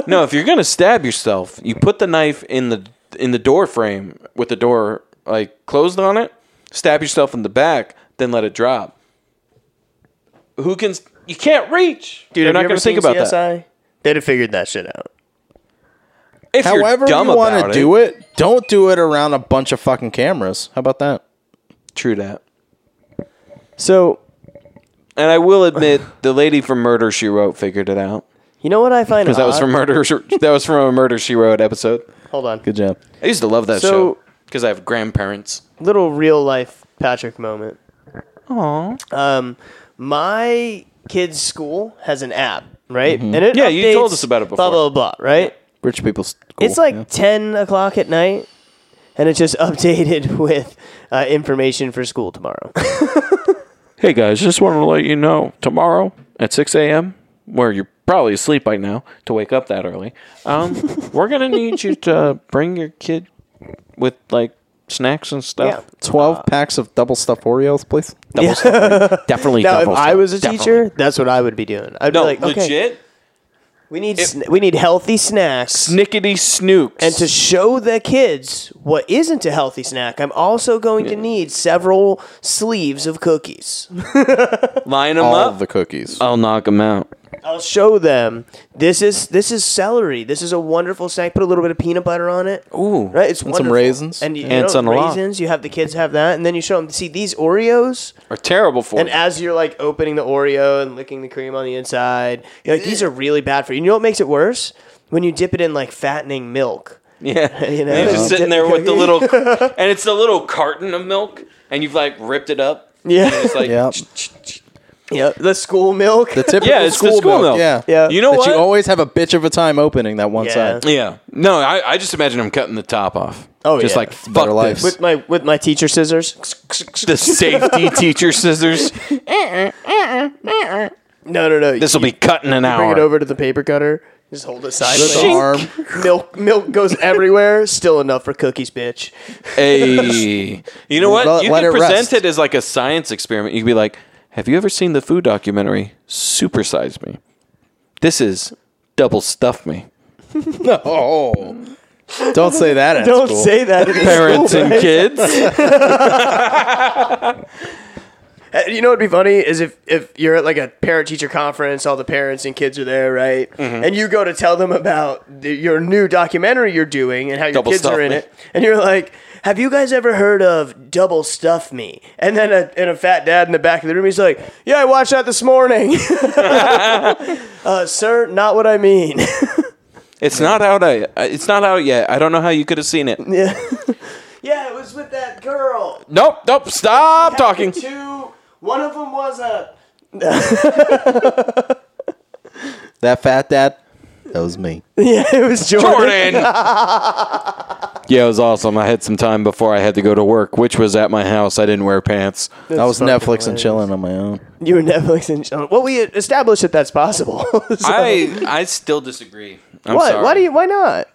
no, if you're gonna stab yourself, you put the knife in the in the door frame with the door like closed on it. Stab yourself in the back, then let it drop. Who can? You can't reach. Dude, They're have not you gonna ever think seen about that. CSI? They'd have figured that shit out. If However you're dumb you want about to do it, don't do it around a bunch of fucking cameras. How about that? true that. So And I will admit, the lady from Murder She Wrote figured it out you know what I find because that was odd? from Uh-huh. Murder. That was from a Murder She Wrote episode. Hold on, Good job. I used to love that So- show because I have grandparents. little real life Patrick moment. Aww. Um, my kid's school has an app, right? Mm-hmm. And it Yeah, you told updates us about it Blah blah blah. Right? Rich people. It's like ten o'clock at night, and it's just updated with uh, information for school tomorrow. Hey guys, just wanted to let you know tomorrow at 6 a.m., where you're probably asleep by now to wake up that early, um, we're going to need you to bring your kid with like snacks and stuff. twelve packs of double stuffed Oreos, please. Double stuff. Definitely Now, if double I stuff. was a Definitely. teacher, that's what I would be doing. I'd No, be like, okay, legit. we need sna- we need healthy snacks. Snickety snooks. And to show the kids what isn't a healthy snack, I'm also going to need several sleeves of cookies. line them All up. of the cookies. I'll knock them out. I'll show them this is this is celery. This is a wonderful snack. Put a little bit of peanut butter on it. Ooh. Right, it's some wonderful. raisins. and you, you And know, some lot. raisins. You have the kids have that, and then you show them. See these Oreos, Are terrible for and you. as you're like opening the Oreo and licking the cream on the inside, you're like, these are really bad for you. You know what makes it worse? When you dip it in like fattening milk. Yeah, You know? And you're just Yeah. sitting there with the little, and it's the little carton of milk, and you've like ripped it up. Yeah, It's like, Yeah. yeah. The school milk. The typical yeah, it's school, the school milk. Yeah. Yeah. you know That what? you always have a bitch of a time opening that one Yeah. side. yeah, no, I, I just imagine him cutting the top off. Oh, just yeah. like Better fuck life. this. with my with my teacher scissors. the safety teacher scissors. No, no, no. This will be cut in an bring it hour. over to the paper cutter. Just hold it With sideways. the arm. milk milk goes everywhere. Still enough for cookies, bitch. Hey, you know what? Let- You let can it present rest. it as like a science experiment. You can be like, "Have you ever seen the food documentary Supersize Me? This is double stuff me." Oh. Don't say that. At Don't school. say that. in Parents school, and right? kids. Uh, You know what'd be funny is if if you're at like a parent teacher conference, all the parents and kids are there, right? Mm-hmm. And you go to tell them about the, your new documentary you're doing and how your Double kids Stuff are in Me. it, and you're like. Have you guys ever heard of Double Stuff Me? And then a, and a fat dad in the back of the room, he's like, Yeah, I watched that this morning. uh, sir, not what I mean. It's not out. I, it's not out yet. I don't know how you could have seen it. Yeah. yeah, it was with that girl. Nope. Nope. Stop talking. Two. One of them was a. that fat dad. That was me. Yeah, it was Jordan. Jordan. yeah, it was awesome. I had some time before I had to go to work, which was at my house. I didn't wear pants. I was fucking Netflix and chilling on my own. You were Netflix and chilling. Well, we established that that's possible. So- I I still disagree. I'm what? sorry. Why do you? Why not?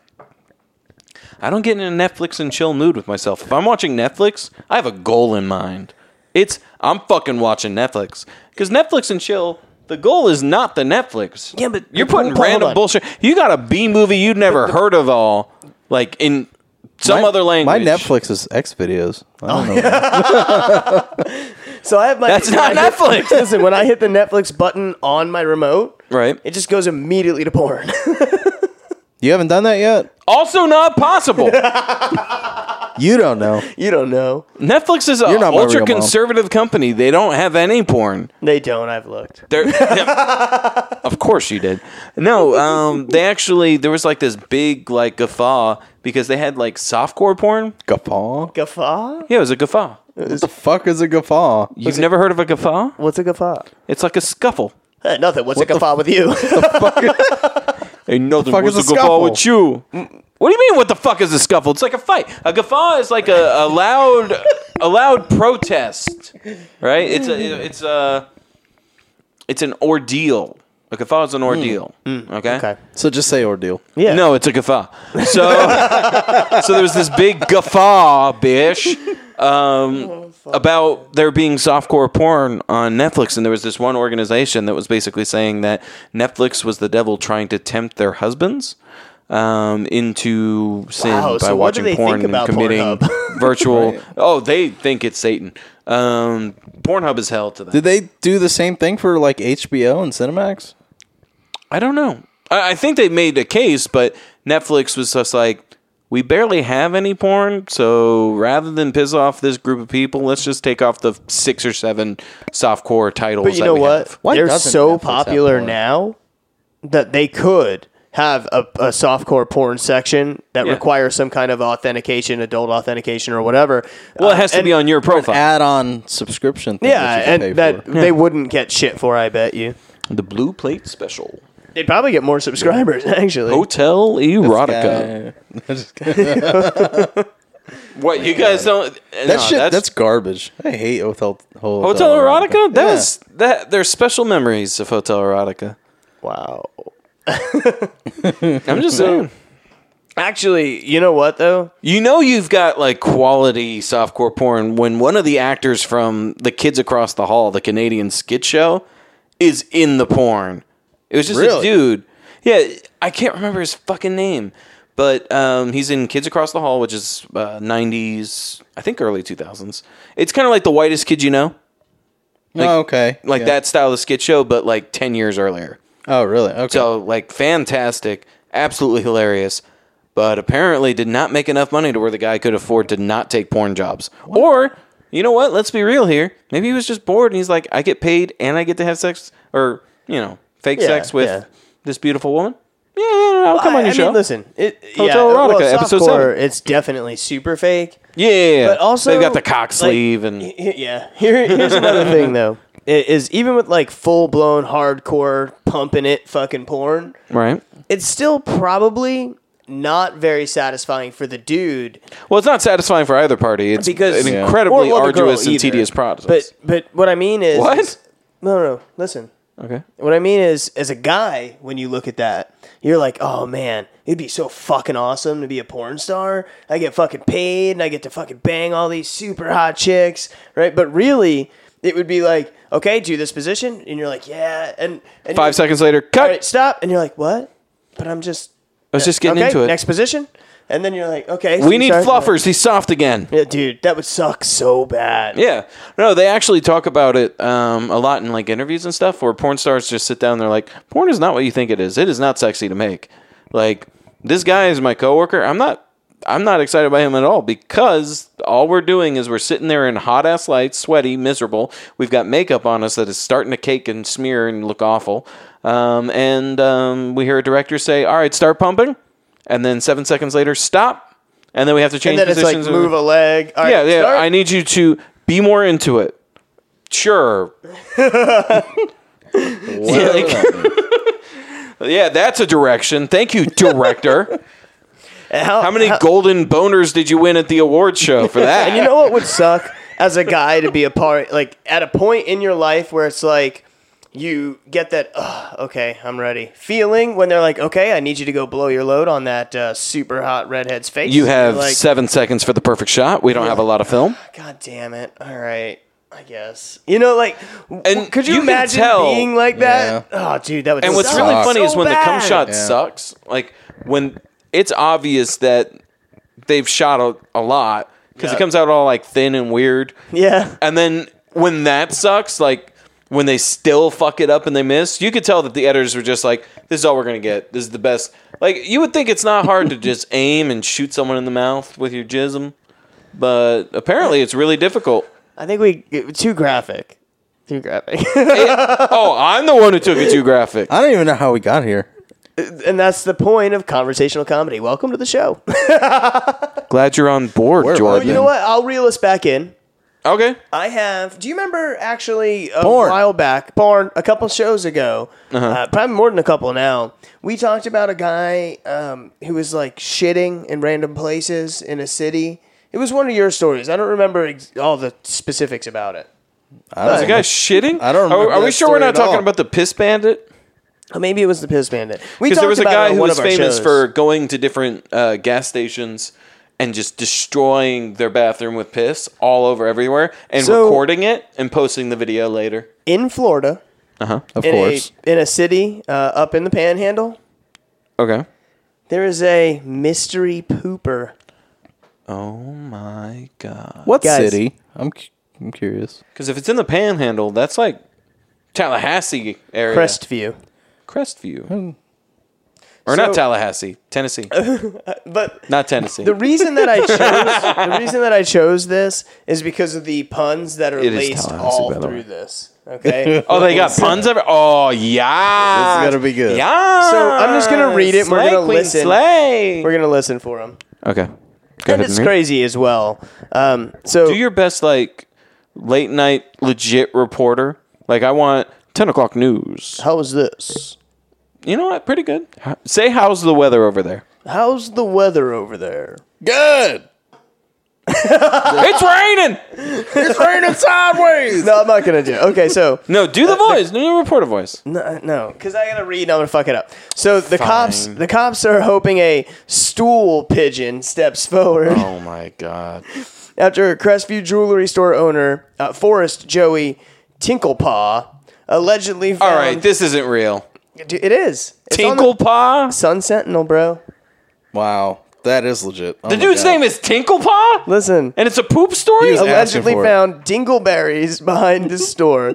I don't get in a Netflix and chill mood with myself. If I'm watching Netflix, I have a goal in mind. It's I'm fucking watching Netflix because Netflix and chill. The goal is not the Netflix. Yeah, but- you're but hold on, putting hold random on. bullshit. You got a B movie you'd never heard of all, like in some My- other language. My Netflix is X videos. I don't know. So I have my. That's not Netflix. Listen, when I hit the Netflix button on my remote, right? it just goes immediately to porn. You haven't done that yet. Also not possible. You don't know. you don't know. Netflix is an You're not my real ultra conservative company. They don't have any porn. They don't. I've looked. They're, of course you did. No, um, they actually there was like this big like guffaw because they had like softcore porn. Guffaw. Guffaw? Yeah, it was a guffaw. What the fuck is a guffaw? You've never heard of a guffaw? What's a guffaw? It's like a scuffle. Eh, nothing. What's a guffaw with you? Ain't nothing fuck was is a a guffaw scuffle? with you. Mm. What do you mean? What the fuck is a scuffle? It's like a fight. A guffaw is like a, a loud, a loud protest, right? It's a, it's a, it's an ordeal. A guffaw is an ordeal. Okay. okay. So just say ordeal. Yeah. No, it's a guffaw. So, so there was this big guffaw, bish, um, about there being softcore porn on Netflix, and there was this one organization that was basically saying that Netflix was the devil trying to tempt their husbands um, into sin Wow, by so what do watching they porn think and about committing Pornhub? virtual. Oh, they think it's Satan. Um, Pornhub is hell to them. Did they do the same thing for like HBO and Cinemax? I don't know. I, I think they made a case, but Netflix was just like, we barely have any porn, so rather than piss off this group of people, let's just take off the six or seven softcore titles. But you that know we what? have. Why They're doesn't Netflix so have popular porn? now that they could have a, a softcore porn section that Yeah. requires some kind of authentication, adult authentication, or whatever. Uh, Well, it has to and- be on your profile. Add-on subscription. Thing Yeah, that you can pay and that for. they wouldn't get shit for. I bet you. the blue plate special. They'd probably get more subscribers actually. Oh. Hotel Erotica. Yeah. What you guys don't? That shit, that's, garbage. I hate Hotel Hotel, Hotel Erotica. That Yeah. was that. There's special memories of Hotel Erotica. Wow. I'm just saying. Actually, you know what though? You know you've got like quality softcore porn when one of the actors from The Kids Across the Hall, the Canadian skit show, is in the porn. It was just a Really? dude. Yeah, I can't remember his fucking name, but um, he's in Kids Across the Hall, which is uh, '90s, I think early 2000s. It's kind of like the whitest kid you know, oh, okay. like Yeah. that style of skit show, but like 10 years earlier. Oh, really? Okay. So like fantastic, absolutely hilarious, but apparently did not make enough money to where the guy could afford to not take porn jobs. Or you know what? Let's be real here. Maybe he was just bored and he's like, I get paid and I get to have sex or you know fake Yeah, sex with yeah. this beautiful woman. Yeah, yeah, yeah, I'll come on I, your I show. Mean, listen, it, Hotel yeah, well, Erotica, episode softcore, seven. It's definitely super fake. yeah, yeah, yeah. But also, they've got the cock like, sleeve and Y- y- Yeah. Here, here's another thing though. It is even with like full blown hardcore pumping it fucking porn, right. it's still probably not very satisfying for the dude Well, it's not satisfying for either party. It's because an Yeah. incredibly or- or the girl arduous and either. tedious process. But but what I mean is What? No, no, no. Listen. okay, What I mean is, as a guy, when you look at that, you're like, oh man, it'd be so fucking awesome to be a porn star. I get fucking paid and I get to fucking bang all these super hot chicks, right? But really, it would be like, okay, do this position. And you're like, yeah. And, and five you're- seconds later, All cut. right, stop. And you're like, what? But I'm just. I was just getting okay, into it. Next position. And then you're like, okay. so we you need start- fluffers. He's soft again. Yeah, dude, that would suck so bad. Yeah. No, they actually talk about it um, a lot in like interviews and stuff where porn stars just sit down and they're like, porn is not what you think it is. It is not sexy to make. Like, this guy is my coworker. I'm not I'm not excited by him at all because all we're doing is we're sitting there in hot ass lights, sweaty, miserable. We've got makeup on us that is starting to cake and smear and look awful. Um, and um, we hear a director say, All right, start pumping. And then seven seconds later, stop. And then we have to And change then it's like, positions. and- move a leg. All right, yeah, yeah. start. I need you to be more into it. Sure. Yeah, that's a direction. Thank you, director. How many golden boners did you win at the awards show for that? And you know what would suck as a guy to be a part like at a point in your life where it's like you get that Ugh, okay I'm ready feeling when they're like okay I need you to go blow your load on that uh, super hot redhead's face. You You're have like, seven seconds for the perfect shot. We don't have a lot of film. God damn it! All right. I guess you know, like, And and could you, you can imagine tell- being like that? Oh, dude, that would. And what's suck really funny so is when the cum bad. shot sucks. Like when it's obvious that they've shot a, a lot because it Yeah. comes out all like thin and weird. Yeah, And then when that sucks, like when they still fuck it up and they miss, you could tell that the editors were just like, "This is all we're gonna get. This is the best." Like you would think it's not hard to just aim and shoot someone in the mouth with your jism, but apparently it's really difficult. I think we it- too graphic, too graphic, Oh, I'm the one who took it too graphic. I don't even know how we got here. and that's the point of conversational comedy. Welcome to the show. Glad you're on board, Where- Jordan. you know what? I'll reel us back in. Okay. I have. Do you remember actually a Porn. while back, porn, a couple shows ago, Uh-huh. uh, probably more than a couple now, we talked about a guy um, who was like shitting in random places in a city. It was one of your stories. I don't remember ex- all the specifics about it. I don't The guy's shitting. I don't Are, remember are we that sure we're story not at all. talking about the piss bandit? Or maybe it was the Piss Bandit. We Because talked there was a about it guy on who one was of our famous shows. for going to different uh, gas stations and just destroying their bathroom with piss all over everywhere and So- recording it and posting the video later. in Florida, Uh huh. Of in course. a in a city uh, up in the Panhandle, Okay. there is a mystery pooper. Oh my god. What Guys. city? I'm cu- I'm curious. Because if it's in the Panhandle, that's like Tallahassee area. Crestview. Crestview. Or not Hmm. So- Tallahassee, Tennessee. But not Tennessee. the reason that I chose the reason that I chose this is because of the puns that are It is laced Tallahassee, all by the through way. this. Okay. oh, they got puns ever. Oh yeah. This is gonna be good. Yeah. So, I'm just gonna read it and we're Slay, gonna queen, listen. Slay. We're gonna listen for them, okay. Go and ahead it's and read. crazy as well. Um, so Do your best, like late night legit reporter. Like I want ten o'clock news. how's this? You know what? Pretty good. H- Say how's the weather over there? How's the weather over there? Good. it's raining. It's raining sideways. No, I'm not gonna do. It. Okay, so No, do the voice. Do the reporter voice. No, no, because I gotta read. and I'm gonna fuck it up. So the cops, the cops are hoping a stool pigeon steps forward Oh my god. after a Crestview jewelry store owner, uh, Forrest Joey Tinklepaw, allegedly. Found, All right, this isn't real. Dude, it is It's on the- Tinklepaw. Sun Sentinel, bro. Wow, that is legit. Oh The dude's name is Tinklepaw, Listen, and it's a poop story. He was- asking allegedly for it. found dingleberries behind the store.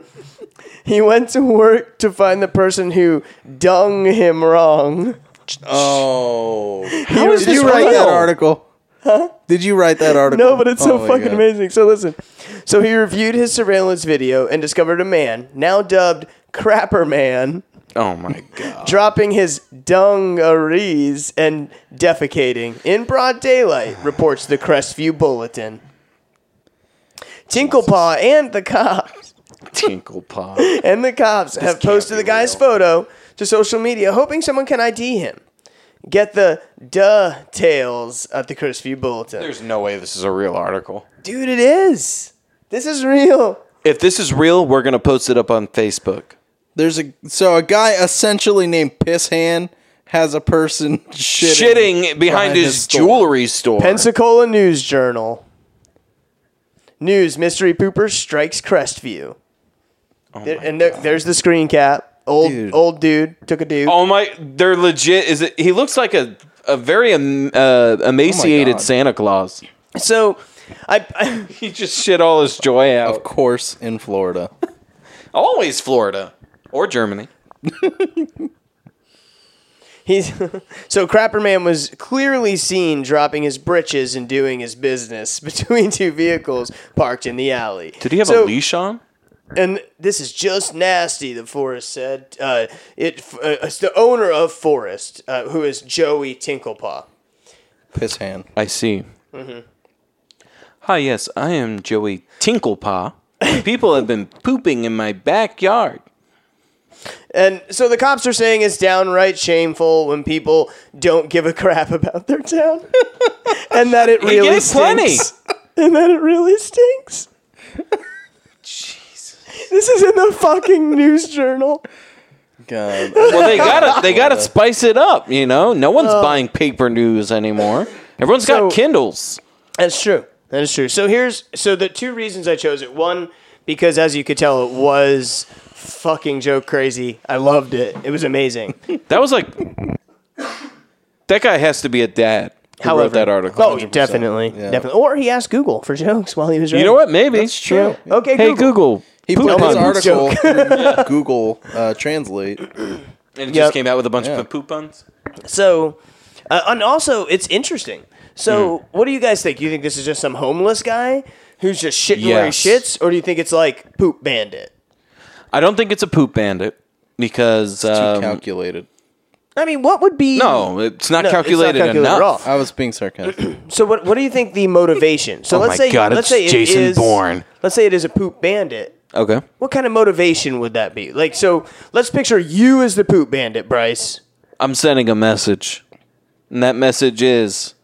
He went to work to find the person who dung him wrong. Oh, How did you write that article? Huh? Did you write that article? No, but it's so Oh my fucking God. amazing. So listen. So he reviewed his surveillance video and discovered a man, now dubbed Crapper Man, Oh my god. dropping his dungarees and defecating in broad daylight, reports the Crestview Bulletin. Tinklepaw and the cops Tinklepaw. and the cops have posted be the guy's real. photo to social media, hoping someone can ID him. Get the duh tails at the Crestview Bulletin. There's no way this is a real article. Dude, it is. This is real. If this is real, we're gonna post it up on Facebook. There's a so a guy essentially named Piss Hand has a person shitting, Shitting behind, his, store. jewelry store. Pensacola News Journal. News mystery pooper strikes Crestview. Oh There- and there- there's the screen cap. Old Dude. old dude took a dude. oh my! They're legit. Is it? He looks like a a very um, uh, emaciated God. Santa Claus. So, I, I He just shit all his joy out. Of course, in Florida. Always Florida or Germany. he's so Crapper Man was clearly seen dropping his britches and doing his business between two vehicles parked in the alley. Did he have So- a leash on? And this is just nasty, the Forest said. Uh, it, uh, it's the owner of Forest, uh, who is Joey Tinklepaw. Piss Hand. I see. Mm-hmm. Hi, yes, I am Joey Tinklepaw. People have been pooping in my backyard. And so the cops are saying it's downright shameful when people don't give a crap about their town, and that it really gave plenty. stinks, and that it really stinks. Jesus, this is in the fucking news journal. God. Well, they gotta they gotta spice it up, you know. No one's buying paper news anymore. Everyone's got So- Kindles. That's true. That is true. So here's so the two reasons I chose it. One, because as you could tell, it was fucking joke crazy. I loved it. It was amazing. That was like that guy has to be a dad. Who wrote that article? Oh, definitely, definitely. Or he asked Google for jokes while he was. you writing. know what? Maybe true. Okay, Hey Google, He poop put his puns. article through Google uh, Translate. and it Yep. just came out with a bunch Yeah. of poop puns. So, uh, and also, it's interesting. So, Hmm. what do you guys think? You think this is just some homeless guy who's just shitting where he Yes. shits, or do you think it's like poop bandit? I don't think it's a poop bandit because Too um, calculated. I mean, what would be no, it's not No, it's not calculated calculated at enough. all. I was being sarcastic. So, what what do you think the motivation? So, Oh let's my say God, let's it's say it Jason is- Bourne. Let's say it is a poop bandit. Okay. What kind of motivation would that be? Like, so let's picture you as the poop bandit, Bryce. I'm sending a message. And that message is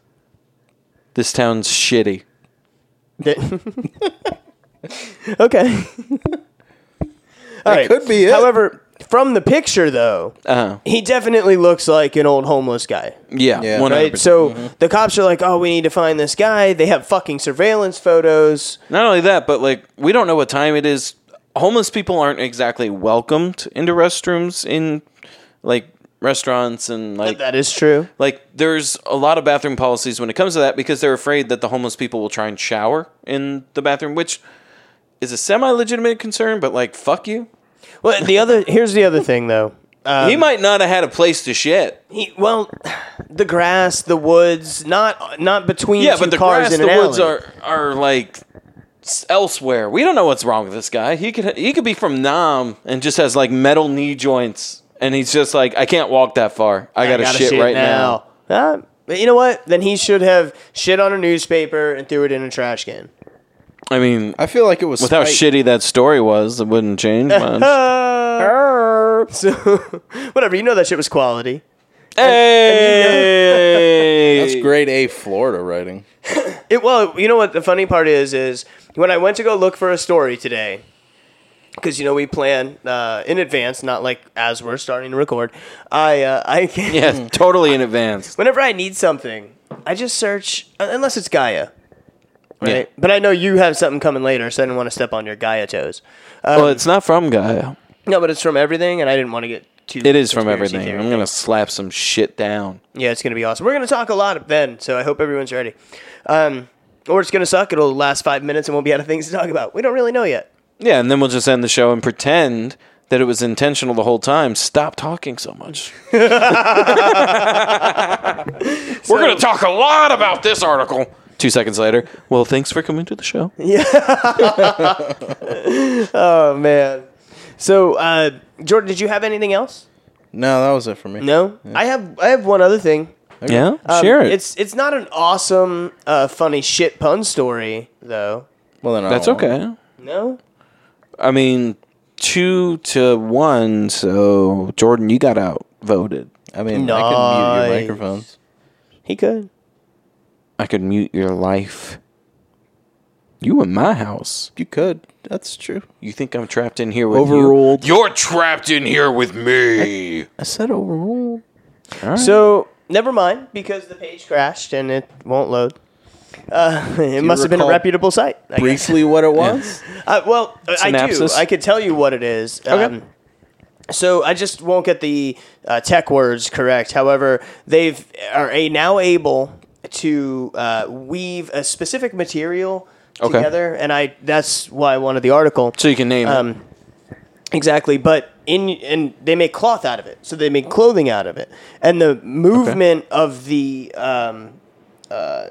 this town's shitty. That- okay. All right. could be it. However, From the picture, though, Uh-huh. he definitely looks like an old homeless guy. Yeah, Yeah. Right? 100%. So the cops are like, oh, we need to find this guy. They have fucking surveillance photos. Not only that, but like we don't know what time it is. Homeless people aren't exactly welcomed into restrooms in like restaurants and like That is true. like there's a lot of bathroom policies when it comes to that because they're afraid that the homeless people will try and shower in the bathroom, which is a semi legitimate concern, but like fuck you. Well, the other here's the other thing though. he might not have had a place to shit. He, well, the grass, the woods, not not between Yeah, two but the cars grass, in the an woods alley. are are like s- elsewhere. We don't know what's wrong with this guy. He could he could be from Nam and just has like metal knee joints, and he's just like, I can't walk that far. I got to gotta shit, right now. Ah, but you know what? Then he should have shit on a newspaper and threw it in a trash can. I mean, I feel like it was with how spite. shitty that story was, it wouldn't change much. Ah. so, whatever. You know that shit was quality. hey, That's grade A Florida writing. It well, you know what the funny part is is when I went to go look for a story today, because you know we plan uh, in advance, not like as we're starting to record. I uh, I can Yeah, totally in advance. whenever I need something, I just search uh, unless it's Gaia. Yeah. Right? But I know you have something coming later, so I didn't want to step on your Gaia toes. well, it's not from Gaia. No, but it's from everything, and I didn't want to get too. It is from conspiracy everything. theory I'm gonna slap some shit down. Yeah, it's going to be awesome. We're going to talk a lot of then, so I hope everyone's ready. Um, or it's going to suck. It'll last five minutes and we'll be out of things to talk about. We don't really know yet. Yeah, and then we'll just end the show and pretend that it was intentional the whole time. Stop talking so much. We're going to talk a lot about this article. Two seconds later. Well, thanks for coming to the show. Oh, man. So, uh, Jordan, did you have anything else? No, that was it for me. No, I have. I have one other thing. Yeah, Um, share it. It's it's not an awesome, uh, funny shit pun story though. Well, then I That's don't want okay. No, I mean, two to one. So Jordan, you got outvoted. it. I mean, I can Nice. mute your microphone. he could. I could mute your life. You in my house. You could. That's true. You think I'm trapped in here with you? Overruled. You're trapped in here with me. I said overruled. So never mind because the page crashed and it won't load. Uh, it must have been a recall reputable site. I guess. Briefly, what it was. Uh, well, I do. Synapses? I could tell you what it is. Um, so I just won't get the uh, tech words correct. However, they've are a, now able to uh, weave a specific material Okay. together, and I that's why I wanted the article. So you can name it. Um, exactly, but in and they make cloth out of it, so they make clothing out of it, and the movement of the um, uh,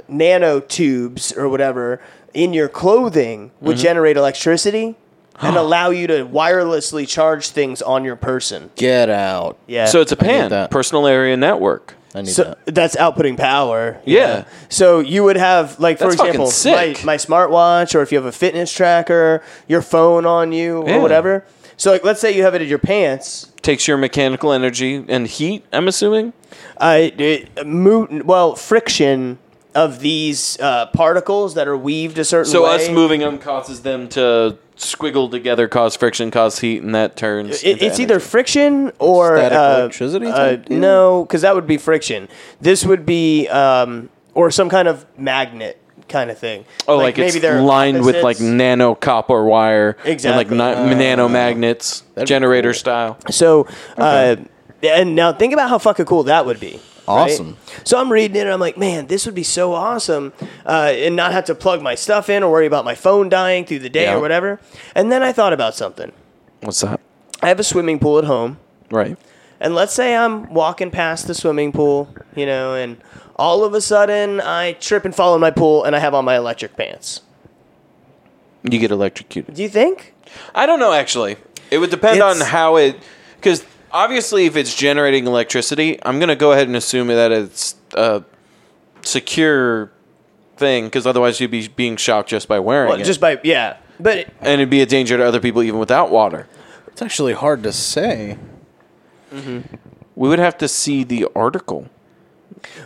nanotubes or whatever in your clothing would Mm-hmm. generate electricity and allow you to wirelessly charge things on your person. Get out. Yeah, So it's a PAN, that. personal area network. I need so that. that's outputting power. Yeah. So you would have like for That's fucking example my, sick. my smartwatch or if you have a fitness tracker, your phone on you Yeah. or whatever. So like let's say you have it in your pants. Takes your mechanical energy and heat, I'm assuming. I uh, it, mo- well friction of these uh, particles that are weaved a certain So way. us moving them causes them to squiggle together, cause friction, cause heat, and that turns. It, into it's energy. either friction or Static uh, electricity Uh, type deal? no, because that would be friction. This would be um, or some kind of magnet kind of thing. Oh, like, it's lined with like opposites. nano copper wire, Exactly. and like ni- nanomagnets, generator style. So, uh, and now think about how fucking cool that would be. right? Awesome. So I'm reading it and I'm like, man, this would be so awesome uh, and not have to plug my stuff in or worry about my phone dying through the day Yeah. or whatever. And then I thought about something. What's that? I have a swimming pool at home. Right. And let's say I'm walking past the swimming pool, you know, and all of a sudden I trip and fall in my pool and I have on my electric pants. You get electrocuted. Do you think? I don't know actually. It would depend on It's- how it because obviously if it's generating electricity, I'm gonna go ahead and assume that it's a secure thing because otherwise you'd be being shocked just by wearing Well, it, just by, yeah. But it, and it'd be a danger to other people even without water. It's actually hard to say. We would have to see the article.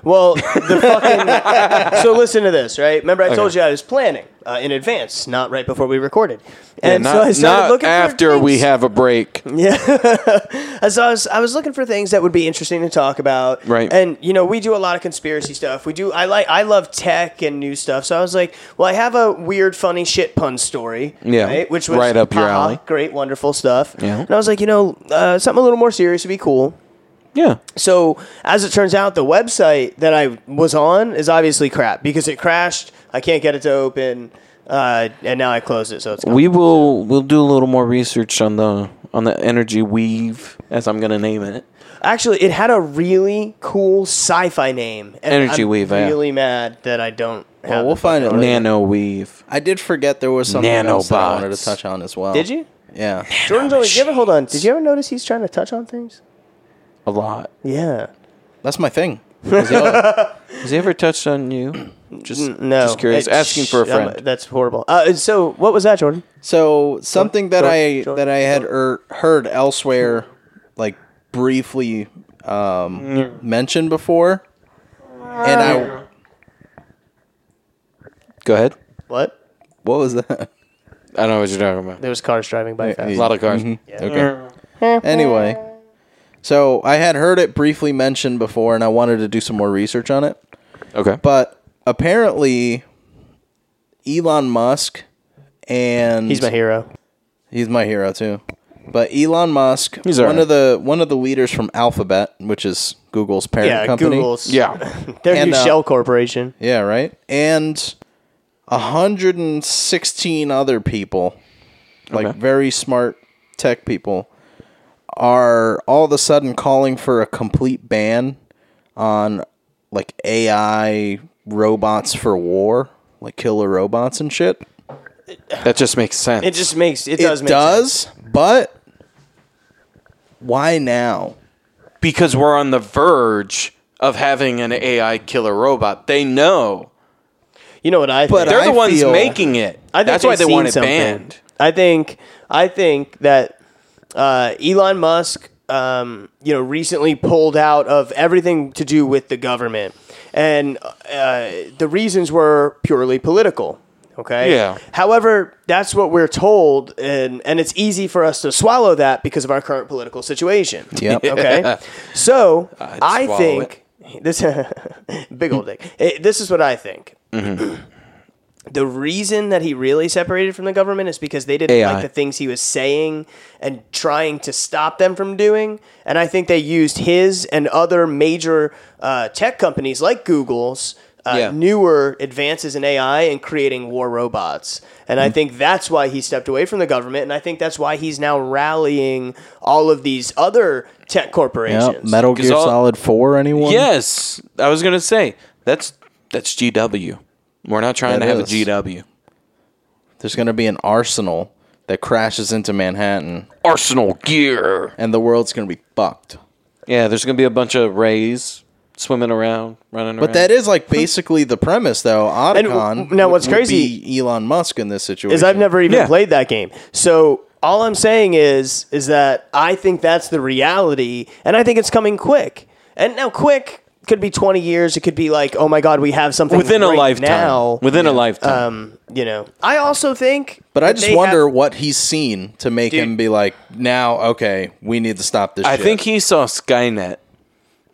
Well, the fucking. so listen to this, right? Remember, I told you I was planning uh, in advance, not right before we recorded. Yeah, And not so I started not looking after for we things. have a break. And so I was, I was looking for things that would be interesting to talk about. Right. And you know, we do a lot of conspiracy stuff. We do. I like. I love tech and new stuff. So I was like, well, I have a weird, funny shit pun story. Yeah. Right. Which was Right up your haha, alley. Great, wonderful stuff. Yeah. And I was like, you know, uh, something a little more serious would be cool. Yeah. So as it turns out, the website that I was on is obviously crap because it crashed. I can't get it to open, uh, and now I closed it. So it's gone. We will we'll do a little more research on the on the energy weave as I'm gonna name it. actually it had a really cool sci-fi name. And Energy I'm Weave, yeah. Really mad that I don't. have Well, we'll the find it fucking- later. Nano weave. I did forget there was something else that I wanted Nanobots. to touch on as well. Did you? Yeah. Jordan's always. You ever hold on? Did you ever notice he's trying to touch on things? A lot. Yeah. That's my thing. Has he ever touched on you? Just No. just curious. It- Asking for a shh, I'm- friend. that's horrible. Uh, so what was that, Jordan? So something that Jordan, I Jordan, that I had er, heard elsewhere, like briefly um, mentioned before, and I Go ahead. What? what was that? I know what you're talking about. There was cars driving by fast. A lot of cars. Okay. Anyway, so I had heard it briefly mentioned before, and I wanted to do some more research on it. Okay. But apparently, Elon Musk and He's my hero. He's my hero too. But Elon Musk, He's all one right. of the one of the leaders from Alphabet, which is Google's parent Yeah, company. Google's. yeah. Their And, new uh, shell corporation. Yeah, right. And 116 other people, like Okay. very smart tech people, are all of a sudden calling for a complete ban on like AI robots for war, like killer robots and shit. That just makes sense. It just makes it, It does does, make sense. but why now? because we're on the verge of having an AI killer robot. They know. You know what I think? But They're I the ones feel- making it. I think That's why they they've want seen it something. banned. I think I think that uh, Elon Musk, um, you know, recently pulled out of everything to do with the government, and uh, the reasons were purely political. Okay. Yeah. However, that's what we're told, and and it's easy for us to swallow that because of our current political situation. Yep. Okay. So I swallow think this big old dick. Eh, this is what I think. the reason that he really separated from the government is because they didn't AI. like the things he was saying and trying to stop them from doing. And I think they used his and other major uh, tech companies like Google's. Uh, Yeah. Newer advances in AI and creating war robots. And Mm-hmm. I think that's why he stepped away from the government. And I think that's why he's now rallying all of these other tech corporations. Yep. Metal Gear all- Solid Four. Anyone? Yes, I was gonna say that's that's GW. We're not trying That to have is. a GW There's going to be an arsenal that crashes into Manhattan, Arsenal gear. and the world's going to be fucked. Yeah, there's gonna be a bunch of rays swimming around, running around. But that is like basically the premise, though. And w- Otacon. now what's would crazy be Elon Musk in this situation is I've never even Yeah. played that game. So all I'm saying is is that I think that's the reality, and I think it's coming quick. And now, quick could be 20 years. It could be like, oh my god, we have something within a right lifetime. Now, within a lifetime. um, you know, I also think, But I that just they wonder have- what he's seen to make him be like, now, okay, we need to stop this. I shit. think he saw Skynet,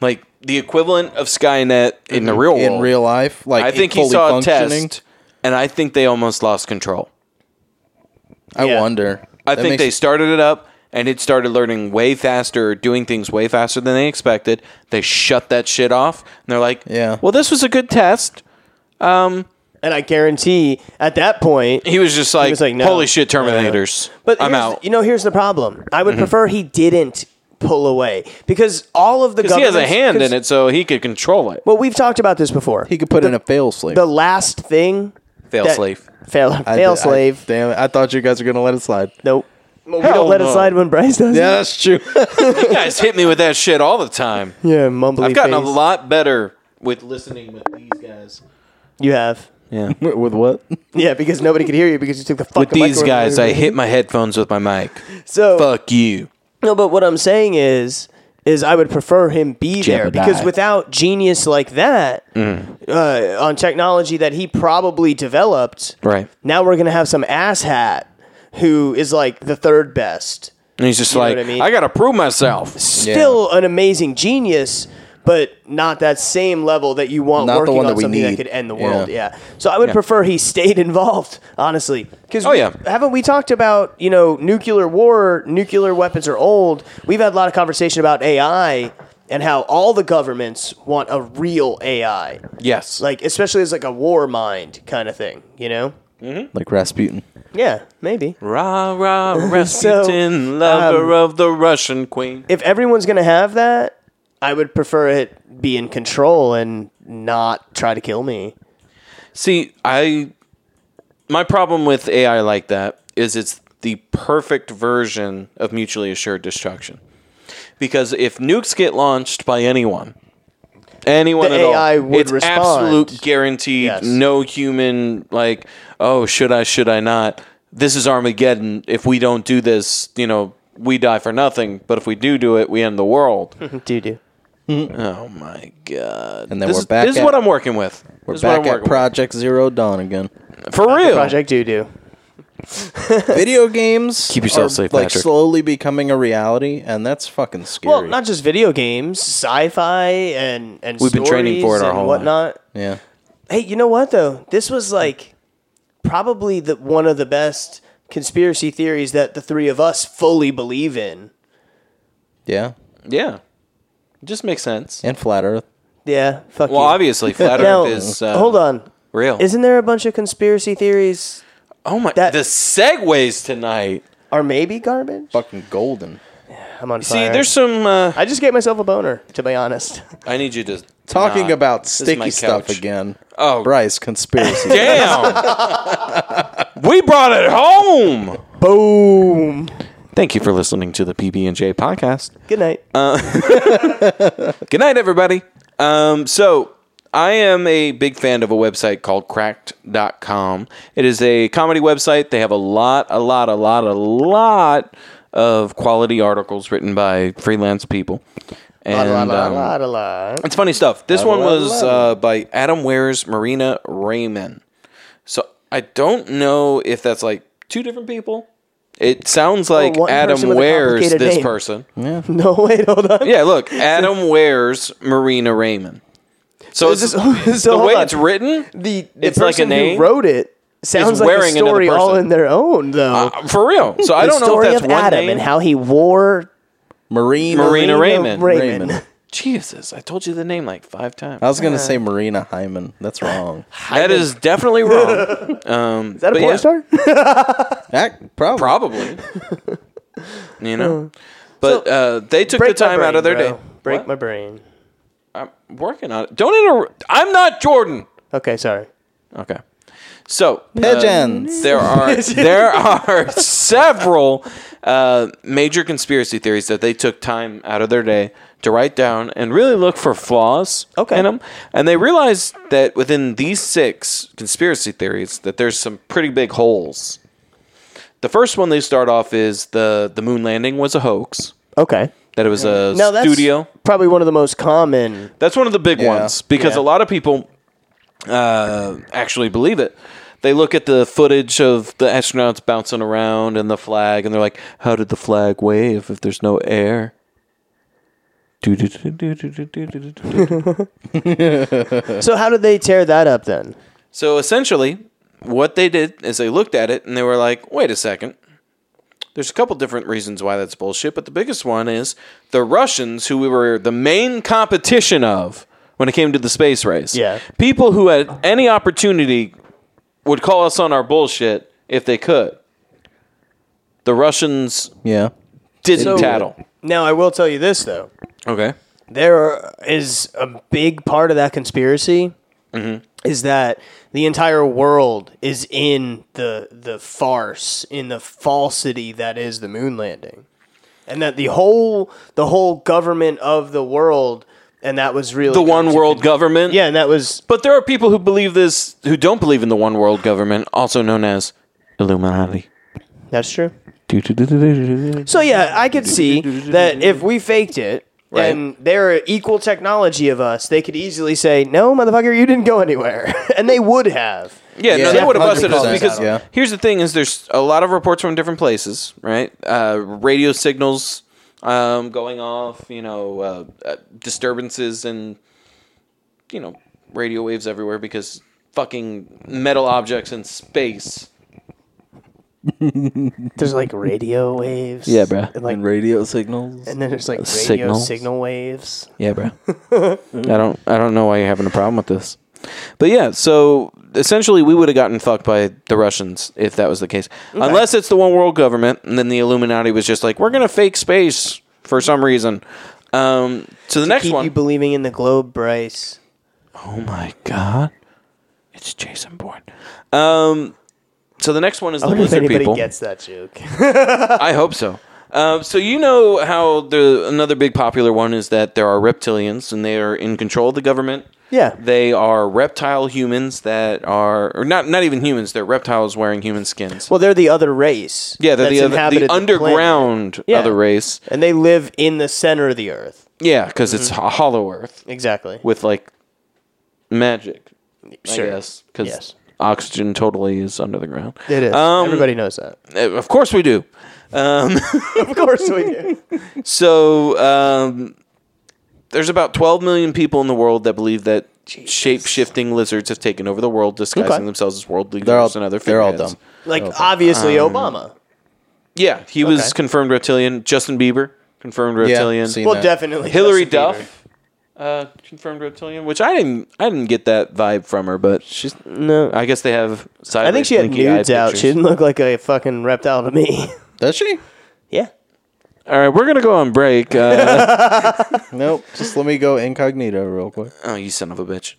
like the equivalent of Skynet in the real world. in real life, like I think he fully saw a functioning. test, and I think they almost lost control. I Yeah. wonder. I That think makes- they started it up and it started learning way faster, doing things way faster than they expected. They shut that shit off and they're like, Yeah. well, this was a good test." and I guarantee at that point, He was just like, was like, no. "Holy shit, Terminators!" But I'm here's- out. Mm-hmm. You know, here's the problem. I would prefer he didn't pull away because all of the 'Cause he has a governments- hand 'cause- in it, so he could control it. Well, we've talked about this before. he could put in a fail slave. the last thing Fail that- slave. fail, I- fail I- slave. damn it! I thought you guys were gonna let it slide. nope. Well, we Hell don't let no. it slide when Bryce does. Yeah, that's true. You guys hit me with that shit all the time. it. yeah, mumbly. I've gotten a face. lot better with listening with these guys. You have. Yeah, With what? Yeah, because nobody could hear you because you took the fucking. with these microphone guys, away. I hit my headphones with my mic. so Fuck you. no. But what I'm saying is, is I would prefer him be there because Jeopardize. without genius like that Mm-hmm. uh, on technology that he probably developed, Right. now we're gonna have some asshat who is like the third best, And he's just You know like, what I I, mean? gotta prove myself. still an amazing genius. But not that same level that you want Not the working one on that we something that need. could end the Yeah. world. Yeah. So I would prefer he stayed involved, honestly. Because Oh, yeah. haven't we talked about you know nuclear war? Nuclear weapons are old. We've had a lot of conversation about AI and how all the governments want a real AI, Yes. like especially as like a war mind kind of thing. You know? like Rasputin. Yeah, maybe. Rah rah Rasputin, lover of the Russian queen. If everyone's gonna have that, I would prefer it be in control and not try to kill me. See, I my problem with AI like that is it's the perfect version of mutually assured destruction. Because if nukes get launched by anyone, anyone The at all, AI would it's respond. absolute guaranteed. Yes. No human like, oh, should I? Should I not? This is Armageddon. If we don't do this, you know, we die for nothing. But if we do do it, we end the world. Do do. oh my god! And then this we're is, back This is at- what I'm working with. We're this is back what I'm at working with. Project Zero Dawn again. for real. Project do do. Video games Keep yourself are, safe, like Patrick. slowly becoming a reality, and that's fucking scary. Well, not just video games, sci-fi, and and We've been training for it stories our and whole life. whatnot. yeah. Hey, you know what though? This was like probably the one of the best conspiracy theories that the three of us fully believe in. Yeah. Yeah. It just makes sense. And flat Earth. Yeah, fuck. Well, you. obviously, Flat Earth Now, is. Uh, hold on. Real. Isn't there a bunch of conspiracy theories oh my. that- the segues tonight. are maybe garbage? Fucking golden. I'm on See, fire. there's some. Uh, I just gave myself a boner, to be honest. I need you to. Talking not- about this is my sticky stuff couch. again. Oh. Bryce, conspiracy. Damn. we brought it home. Boom. Thank you for listening to the PB and J podcast. Good night. Good night, everybody. Um, so, I am a big fan of a website called cracked.com. It is a comedy website. They have a lot, a lot, a lot, a lot of quality articles written by freelance people. And, La, la, um, la, la, la. it's funny stuff. This one was uh, by Adam Ware's Marina Raymond. So I don't know if that's like two different people. It sounds like Oh, one Adam person with a Ware's complicated this name. person. Yeah. no, wait, hold on. look, Adam Ware's Marina Raymond. So Is it's, this- so the way hold on. it's written, The, the It's like a person name? who wrote it sounds Is like wearing a another story all person. in their own, though. uh, for real. So I the don't know story if that's of one Adam name. and how he wore Marine. Marina Raymond. Raymond. Raymond. Raymond. Jesus, I told you the name like five times. I was going to say Marina Hyman. That's wrong. That is definitely wrong. um, Is that a porn star? that, probably. Probably. you know. But uh, they took the Break my time out of their brain, bro. day. Break What? my brain. I'm working on it. Don't interrupt. I'm not Jordan. Okay, sorry. Okay. So uh, Pigeons. there are there are several uh, major conspiracy theories that they took time out of their day to write down and really look for flaws Okay. in them. And they realized that within these six conspiracy theories that there's some pretty big holes. The first one they start off is the the moon landing was a hoax. Okay. That it was a Now that's studio. probably one of the most common. That's one of the big Yeah. ones because Yeah. a lot of people uh, actually believe it. They look at the footage of the astronauts bouncing around and the flag, and they're like, "How did the flag wave if there's no air?" So how did they tear that up then? So essentially, what they did is they looked at it and they were like, "Wait a second. There's a couple different reasons why that's bullshit, but the biggest one is the Russians, who we were the main competition of when it came to the space race. Yeah. People who had any opportunity would call us on our bullshit if they could. The Russians Yeah. didn't So- tattle. Now I will tell you this though. Okay. there is a big part of that conspiracy is that the entire world is in the the farce in the falsity that is the moon landing and that the whole the whole government of the world and that was really The one world government. yeah and that was But there are people who believe this who don't believe in the one world government, also known as Illuminati. that's true so yeah i could see that if we faked it Right. and they're equal technology of us, they could easily say, "No, motherfucker, you didn't go anywhere," and they would have. Yeah, Yeah, no, they yeah, would have busted us 100%. because Yeah. here's the thing: is there's a lot of reports from different places, right? Uh, radio signals um, going off, you know, uh, uh, disturbances and you know radio waves everywhere because fucking metal objects in space. There's like radio waves. Mm-hmm. Yeah, bruh. Uh, And like, radio signals. and then there's like radio Signals. signal waves. Yeah, bro. I don't, I don't know why you're having a problem with this, but yeah. So essentially, we would have gotten fucked by the Russians if that was the case, unless it's the one world government, and then the Illuminati was just like, we're gonna fake space for some reason. Um, so the next Keep one. you believing in the globe, Bryce. Oh my god. It's Jason Bourne. Um so the next one is I the wonder if lizard anybody people. gets that joke. I hope so. Um, so you know how the another big popular one is that there are reptilians and they are in control of the government. Yeah. They are reptile humans that are or not not even humans, they're reptiles wearing human skins. Well, they're the other race. yeah, they're the that's other inhabited the planet. underground Yeah. other race. and they live in the center of the earth. Yeah, because it's Mm-hmm. a hollow earth Exactly. with like magic. Sure. I guess because Yes. oxygen totally is under the ground. It is. Um, Everybody knows that. Uh, Of course we do. Of course we do. So um, there's about 12 million people in the world that believe that shape shifting lizards have taken over the world, disguising Okay. themselves as world leaders They're all, and other they're all figureheads. dumb. Like Oh, obviously um, Obama. Yeah, he was Okay. confirmed reptilian. Justin Bieber, confirmed Yeah, reptilian. seen Well, that. definitely Hillary Justin Bieber. Duff. Uh, confirmed reptilian, which I didn't, I didn't get that vibe from her, but she's. No, I guess they have. Side I think she had nudes out. She didn't look like a fucking reptile to me. Does she? yeah. All right, we're gonna go on break. Uh, Nope. Just let me go incognito real quick. Oh, you son of a bitch.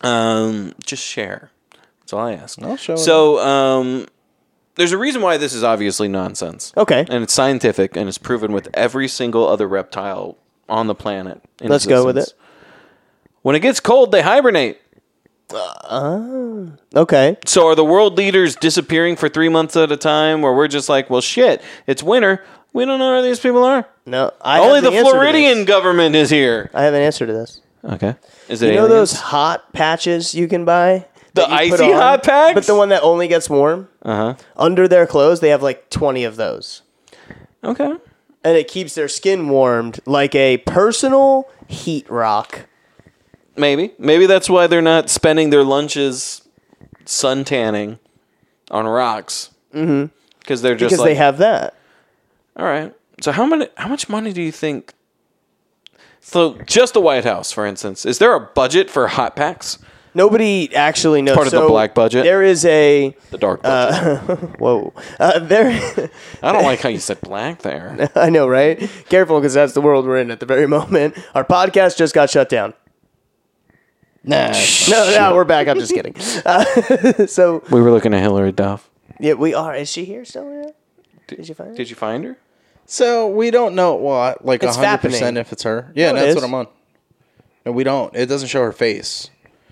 Um, just share. That's all I ask. I'll show it. So, um, there's a reason why this is obviously nonsense. Okay. And it's scientific and it's proven with every single other reptile on the planet. in Let's go with existence. When it gets cold, they hibernate. Okay. So, are the world leaders disappearing for three months at a time where we're just like, well, shit, it's winter. We don't know where these people are. No, I Only have the, answer to Floridian this. government is here. I have an answer to this. Okay. Is it You know aliens? those hot patches you can buy? The that you put icy on? hot packs? But the one that only gets warm? Uh huh. Under their clothes, they have like 20 of those. Okay. And it keeps their skin warmed like a personal heat rock. Maybe. Maybe that's why they're not spending their lunches sun tanning on rocks. Mm-hmm. Because they're just Because like, they have that. all right. So how many? How much money do you think? So just the White House, for instance, is there a budget for hot packs? Nobody actually knows. part of the So black budget. There is a The dark budget. whoa. Uh, there, I don't like how you said black there. I know, right? Careful, because that's the world we're in at the very moment. Our podcast just got shut down. Nah. No, no, we're back. I'm just kidding. Uh, so we were looking at Hillary Duff. yeah, we are. Is she here still? Yeah? Did you find? her? Did you find her? So we don't know what like It's hundred percent happening. if it's her. No, Yeah, it that's is. what I'm on. No, we don't. It doesn't show her face.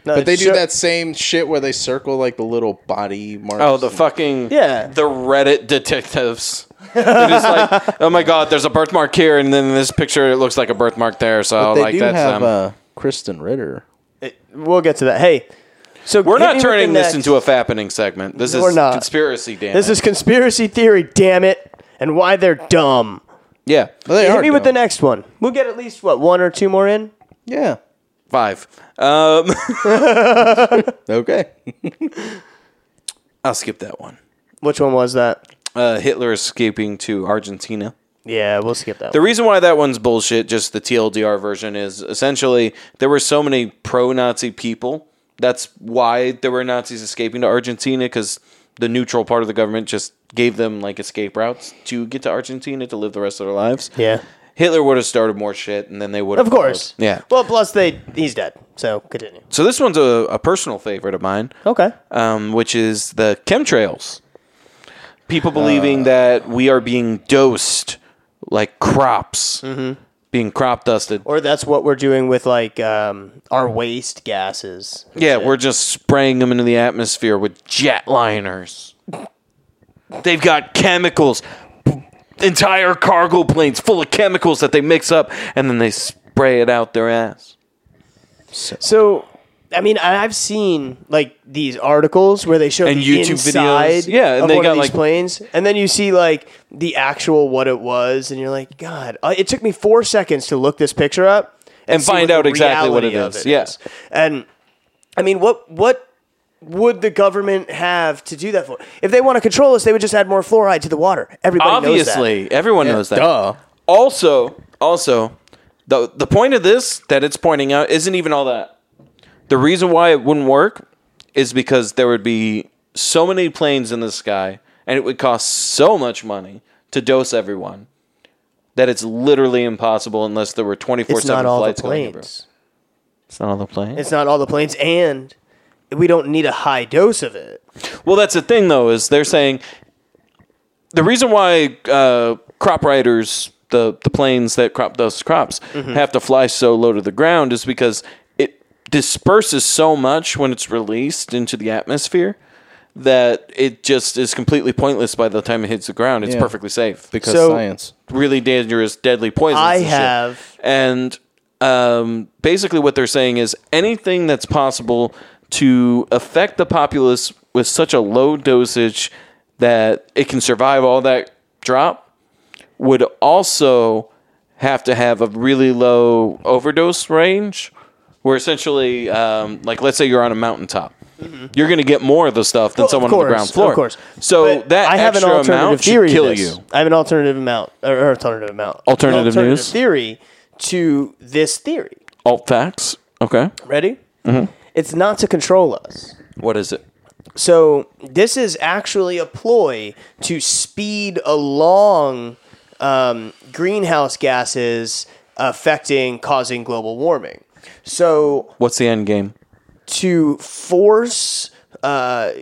No, But they it's do show- that same shit where they circle like the little body marks. Oh, the and- fucking Yeah. the Reddit detectives. They're just like, oh my god, there's a birthmark here, and then this picture it looks like a birthmark there. So They like do that's have them. uh, Kristen Ritter. We'll get to that. Hey, so We're not turning this into a fappening segment. This is We're not. conspiracy, damn. This it. is conspiracy theory. Damn it, and why they're dumb. yeah, They Hit are me with the dumb. next one. We'll get at least what one or two more in. Yeah. five. Um, Okay. I'll skip that one. Which one was that? Uh, Hitler escaping to Argentina. Yeah, we'll skip that. The one. reason why that one's bullshit, just the TLDR version, is essentially there were so many pro-Nazi people. That's why there were Nazis escaping to Argentina because the neutral part of the government just gave them like escape routes to get to Argentina to live the rest of their lives. yeah, Hitler would have started more shit, and then they would have. of course. Yeah. Well, plus they he's dead. So continue. So this one's a, a personal favorite of mine, Okay. um, which is the chemtrails. People believing Uh. that we are being dosed like crops, being crop dusted. Mm-hmm. Or that's what we're doing with like um, our waste gases. yeah, we're just spraying them into the atmosphere with jetliners. They've got chemicals. entire cargo planes full of chemicals that they mix up and then they spray it out their ass. So, I mean, I- I've seen like these articles where they show And the YouTube inside videos. Yeah, and of they one got, of these like- planes, and then you see like the actual what it was, and you're like, God, I- it took me four seconds to look this picture up And see find what out the exactly what reality it of is. Yeah. and I mean, what what would the government have to do that for? If they want to control us, they would just add more fluoride to the water. Everybody knows Obviously, everyone knows that. Duh. Also, also, the the point of this that it's pointing out isn't even all that. The reason why it wouldn't work is because there would be so many planes in the sky, and it would cost so much money to dose everyone that it's literally impossible unless there were twenty that. four It's not seven all the flights going everywhere. planes. It's not all the planes. It's not all the planes, and we don't need a high dose of it. Well, that's the thing, though, is they're saying the reason why uh, crop riders, the, the planes that crop those crops, Mm-hmm. have to fly so low to the ground is because it disperses so much when it's released into the atmosphere that it just is completely pointless by the time it hits the ground. It's Yeah. perfectly safe. Because So- science. Really dangerous, deadly poisons. I and shit. have- And um, basically, what they're saying is anything that's possible to affect the populace with such a low dosage that it can survive all that drop would also have to have a really low overdose range. Where essentially, um, like, let's say you're on a mountaintop, you're going to get more of the stuff than Mm-hmm. Well, of someone on course, the ground floor. Of course. So But that I have extra an alternative amount theory should to kill this. you. I have an alternative amount or, or alternative amount. Alternative An news? theory to this theory. Alt facts. Okay. Ready? Mm-hmm. It's not to control us. What is it? So this is actually a ploy to speed along um, greenhouse gases affecting, causing global warming. So What's the end game? to force uh,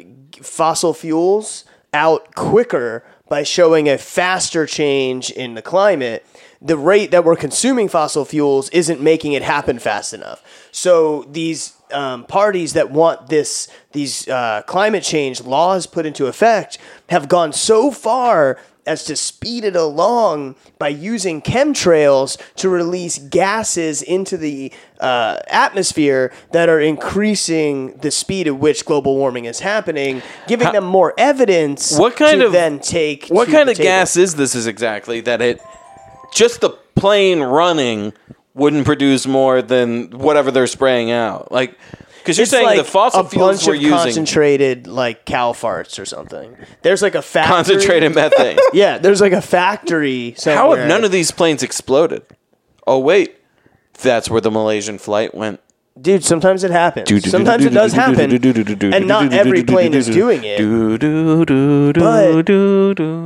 fossil fuels out quicker by showing a faster change in the climate, the rate that we're consuming fossil fuels isn't making it happen fast enough. So these um, parties that want this these uh, climate change laws put into effect have gone so far as to speed it along by using chemtrails to release gases into the uh, atmosphere that are increasing the speed at which global warming is happening, giving them more evidence. What kind to of- then take? What to kind the of table. gas is this? Is exactly that it? Just the plane running wouldn't produce more than whatever they're spraying out. Like, because you're It's saying like the fossil a fuels bunch we're of using concentrated like cow farts or something. There's like a factory. concentrated methane. Yeah, there's like a factory. How somewhere. have none of these planes exploded? Oh wait, that's where the Malaysian flight went. dude? Sometimes it happens. Sometimes it does happen, and not every plane is doing it. But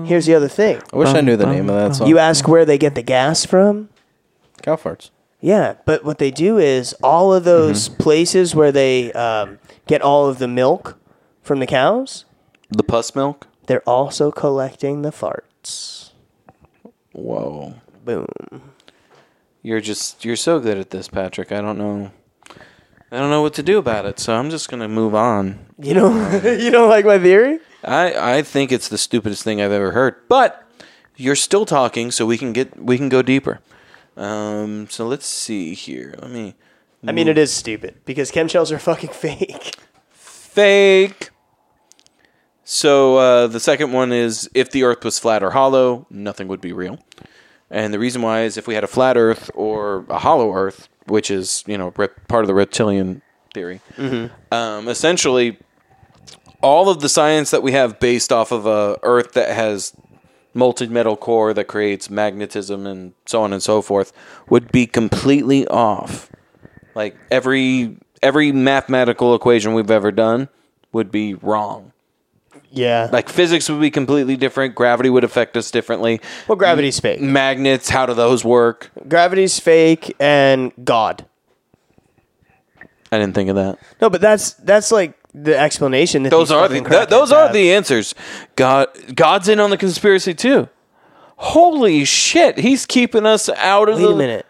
here's the other thing. I wish I knew the name of that song. You ask where they get the gas from? Cow farts. Yeah, but what they do is all of those places where they um, get all of the milk from the cows, The pus milk. they're also collecting the farts. Whoa, Boom. you're just you're so good at this, Patrick. I don't know. I don't know what to do about it, so I'm just gonna move on. You know, you don't like my theory? I, I think it's the stupidest thing I've ever heard. But you're still talking, so we can get we can go deeper. Um, so let's see here. Let me I mean, it is stupid because chemtrails are fucking fake. fake. So uh, the second one is if the Earth was flat or hollow, nothing would be real. And the reason why is if we had a flat Earth or a hollow Earth, which is you know rep- part of the reptilian theory, um, essentially all of the science that we have based off of a Earth that has molten metal core that creates magnetism and so on and so forth would be completely off. Like every every mathematical equation we've ever done would be wrong. Yeah. Like physics would be completely different. Gravity would affect us differently. well, gravity's fake. Magnets, how do those work? Gravity's fake and God. I didn't think of that. No, but that's that's like the explanation. That Those these are the fucking crackheads th- those are have. the answers. God, God's in on the conspiracy too. Holy shit, he's keeping us out of Wait the a minute.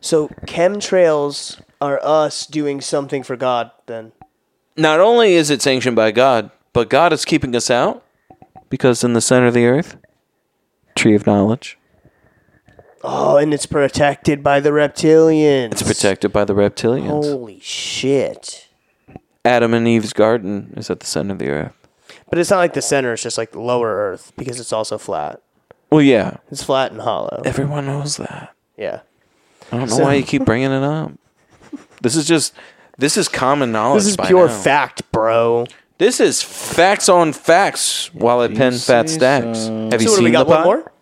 So chemtrails are us doing something for God then. not only is it sanctioned by God, but God is keeping us out because in the center of the earth tree of knowledge. Oh, and it's protected by the reptilians. It's protected by the reptilians. Holy shit. Adam and Eve's garden is at the center of the earth. But it's not like the center, it's just like the lower earth because it's also flat. Well, yeah. It's flat and hollow. Everyone knows that. Yeah. I don't know So- why you keep bringing it up. This is just this is common knowledge. This is by pure now. fact, bro. This is facts on facts while I pen fat stacks. Have you So what, do seen we got the one pot? more?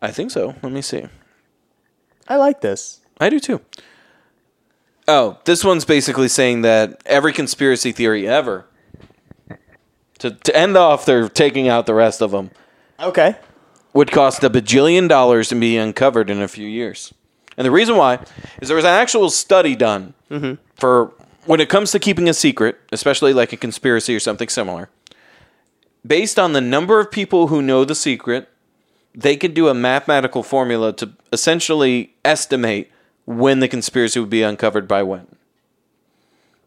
I think so. Let me see. I like this. I do too. Oh, this one's basically saying that every conspiracy theory ever. To, to end off, they're taking out the rest of them. Okay. would cost a bajillion dollars and be uncovered in a few years. And the reason why is there was an actual study done Mm-hmm. for when it comes to keeping a secret, especially like a conspiracy or something similar. Based on the number of people who know the secret, they could do a mathematical formula to essentially estimate when the conspiracy would be uncovered by when.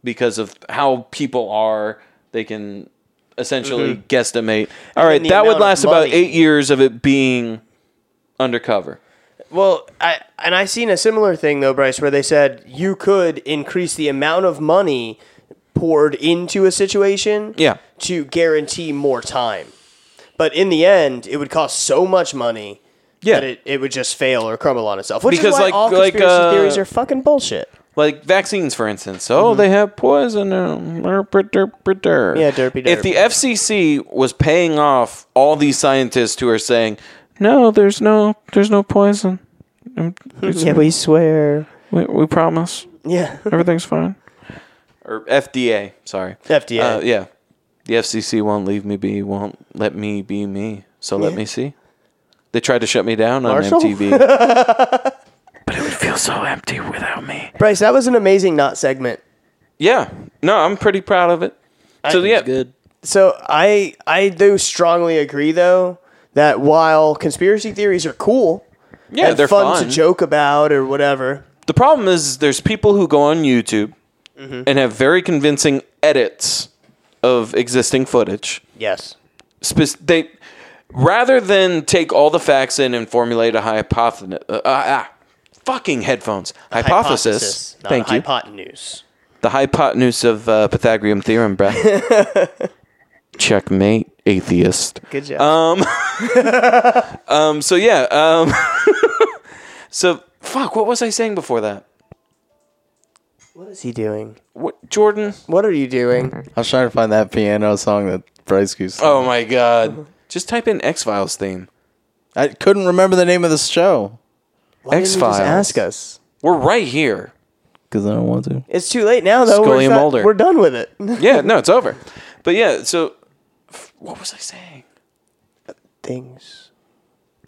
Because of how people are, they can essentially guesstimate. All right, Mm-hmm. the that amount would of last about money. eight years of it being undercover. Well, I and I seen a similar thing though, Bryce, where they said you could increase the amount of money poured into a situation Yeah. to guarantee more time. But in the end, it would cost so much money Yeah. that it, it would just fail or crumble on itself. Which Because, is why like- all like, conspiracy uh, theories are fucking bullshit. Like vaccines, for instance. Oh, they have poison. in 'em. Derp, derp, derp. Mm-hmm. Yeah, derpy If derp. the FCC was paying off all these scientists who are saying, no, there's no, there's no poison. Mm, Yeah, we swear. We, we promise Yeah. everything's fine. or FDA, sorry. FDA. Uh, yeah. The FCC won't leave me be, won't let me be me. So let me see. They tried to shut me down on Marshall? MTV. Feel so empty without me. Bryce, that was an amazing not segment. yeah. No, I'm pretty proud of it. So yeah, good. So I I do strongly agree though that while conspiracy theories are cool, Yeah, and they're fun, fun. to joke about or whatever. The problem is there's people who go on YouTube and have very convincing edits of existing footage. Yes. Spec- they rather than take all the facts in and formulate a hypothesis. Uh, ah, fucking headphones. Hypothesis. Hypothesis, not Thank you. Hypotenuse. The hypotenuse of uh, Pythagorean theorem, bruh. Checkmate, atheist. Good job. Uh, Um, so yeah. Um, so fuck. What was I saying before that? what is he doing? What Jordan? What are you doing? I was trying to find that piano song that Bryce Goose. Oh my god. Just type in X Files theme. I couldn't remember the name of this show Why didn't you X-Files. Just ask us. We're right here. because I don't want to. It's too late now though. Scully we're, and not- Mulder. we're done with it. Yeah, no, it's over. But yeah, so f- what was I saying? Things.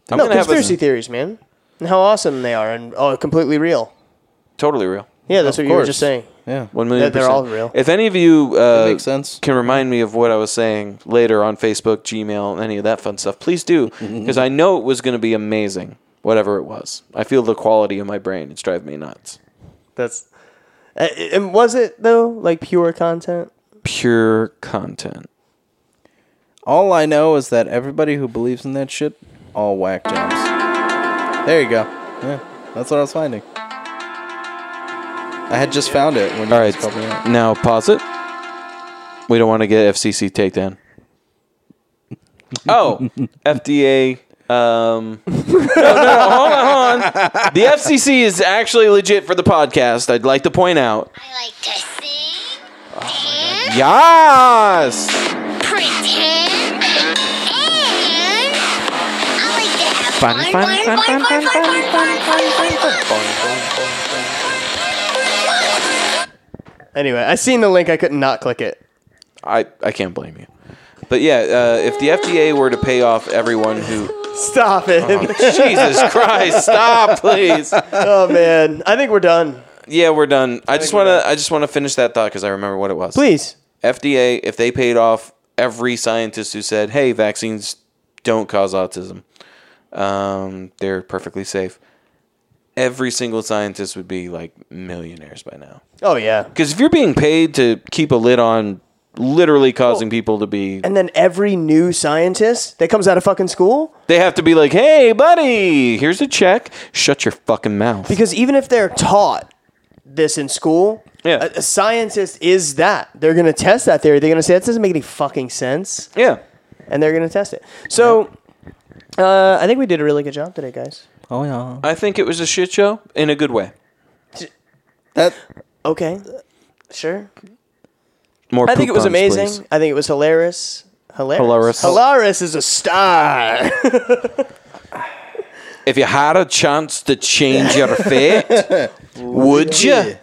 I'm No gonna have a- conspiracy theories, man. And how awesome they are and oh, completely real. totally real. Yeah, that's what you were just saying. Yeah. One million. That they're all percent. real. If any of you uh, Makes sense. can remind me of what I was saying later on Facebook, Gmail, any of that fun stuff, please do Mm-hmm. because I know it was going to be amazing. Whatever it was, I feel the quality in my brain. It's driving me nuts. That's uh, and was it though like pure content? Pure content. All I know is that everybody who believes in that shit, all whack jobs. There you go. Yeah, that's what I was finding. I had just found it when you All guys right, called me out. now pause it. We don't want to get FCC takedown. Oh, FDA. Um, no, no, no, hold on, hold on. The FCC is actually legit for the podcast. I'd like to point out. I like to sing, Yes. pretend, and I like to have Fun, fun, fun, fun, fun, fun, fun, fun, fun, fun. Anyway, I seen the link. I couldn't not click it. I I can't blame you. But yeah, uh, if the FDA were to pay off everyone who Stop it. Uh-huh. Jesus Christ, stop, please. oh man, I think we're done. Yeah, we're done. I just want to I just want to finish that thought because I remember what it was. Please. FDA, if they paid off every scientist who said, "Hey, vaccines don't cause autism," um, they're perfectly safe. Every single scientist would be like millionaires by now. Oh yeah. Because if you're being paid to keep a lid on literally causing people to be. And then every new scientist that comes out of fucking school, They have to be like, "Hey, buddy, here's a check. Shut your fucking mouth." because even if they're taught this in school, Yeah. a, a scientist is that. They're going to test that theory. They're going to say, that doesn't make any fucking sense. Yeah. And they're going to test it. So uh, I think we did a really good job today, guys. Oh yeah. I think it was a shit show in a good way. That Okay. Sure. More. I think poop it was puns, amazing. please. I think it was hilarious. Hilarious. Hilarious. Hilarious is a star. If you had a chance to change your fate, would you?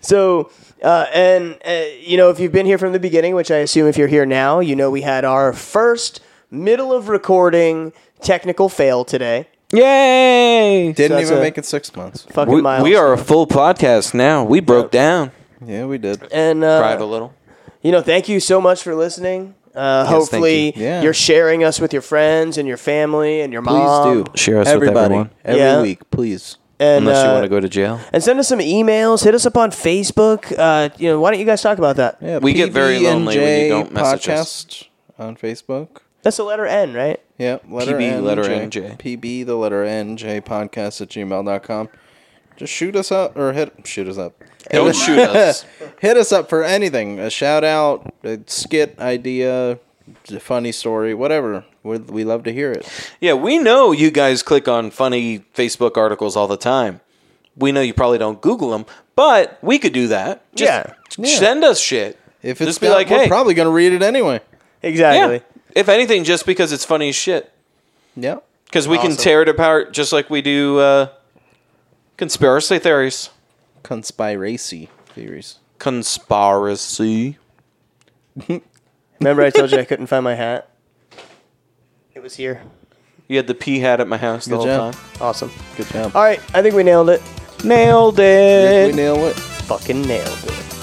So, uh, and uh, you know, if you've been here from the beginning, which I assume if you're here now, you know we had our first middle of recording technical fail today. Yay! didn't that's even a- make it six months. Fucking We, miles. we are a full podcast now. We broke down. Yeah, we did. and uh, Cried a little. you know, thank you so much for listening. Uh, hopefully, you. Yeah. are sharing us with your friends and your family and your Please mom. do share us with everybody everyone. every Um, Yeah. week, please. And, Unless you uh, want to go to jail. and send us some emails. Hit us up on Facebook. Uh, you know, why don't you guys talk about that? Yeah, We get very lonely when you don't message us. podcast on Facebook. That's the letter N, right? Yeah, letter PB, N, letter J. N, J. PB, the letter N, J podcast at gmail.com. Just shoot us up or hit shoot us up. Don't shoot us. Hit us up for anything a shout out, a skit idea, a funny story, whatever. we we love to hear it. Yeah, we know you guys click on funny Facebook articles all the time. We know you probably don't Google them, but we could do that. Just Yeah. Yeah. send us shit. If it's just be got- like, we're hey, probably going to read it anyway. Exactly. yeah. If anything, just because it's funny as shit, Yeah. because we can tear it apart just like we do uh, conspiracy theories. Conspiracy theories. Conspiracy. Remember, I told you I couldn't find my hat. It was here. You had the pea hat at my house the Good whole job. time. Awesome. Good job. All right, I think we nailed it. Nailed Did it. we nail it? Fucking nailed it.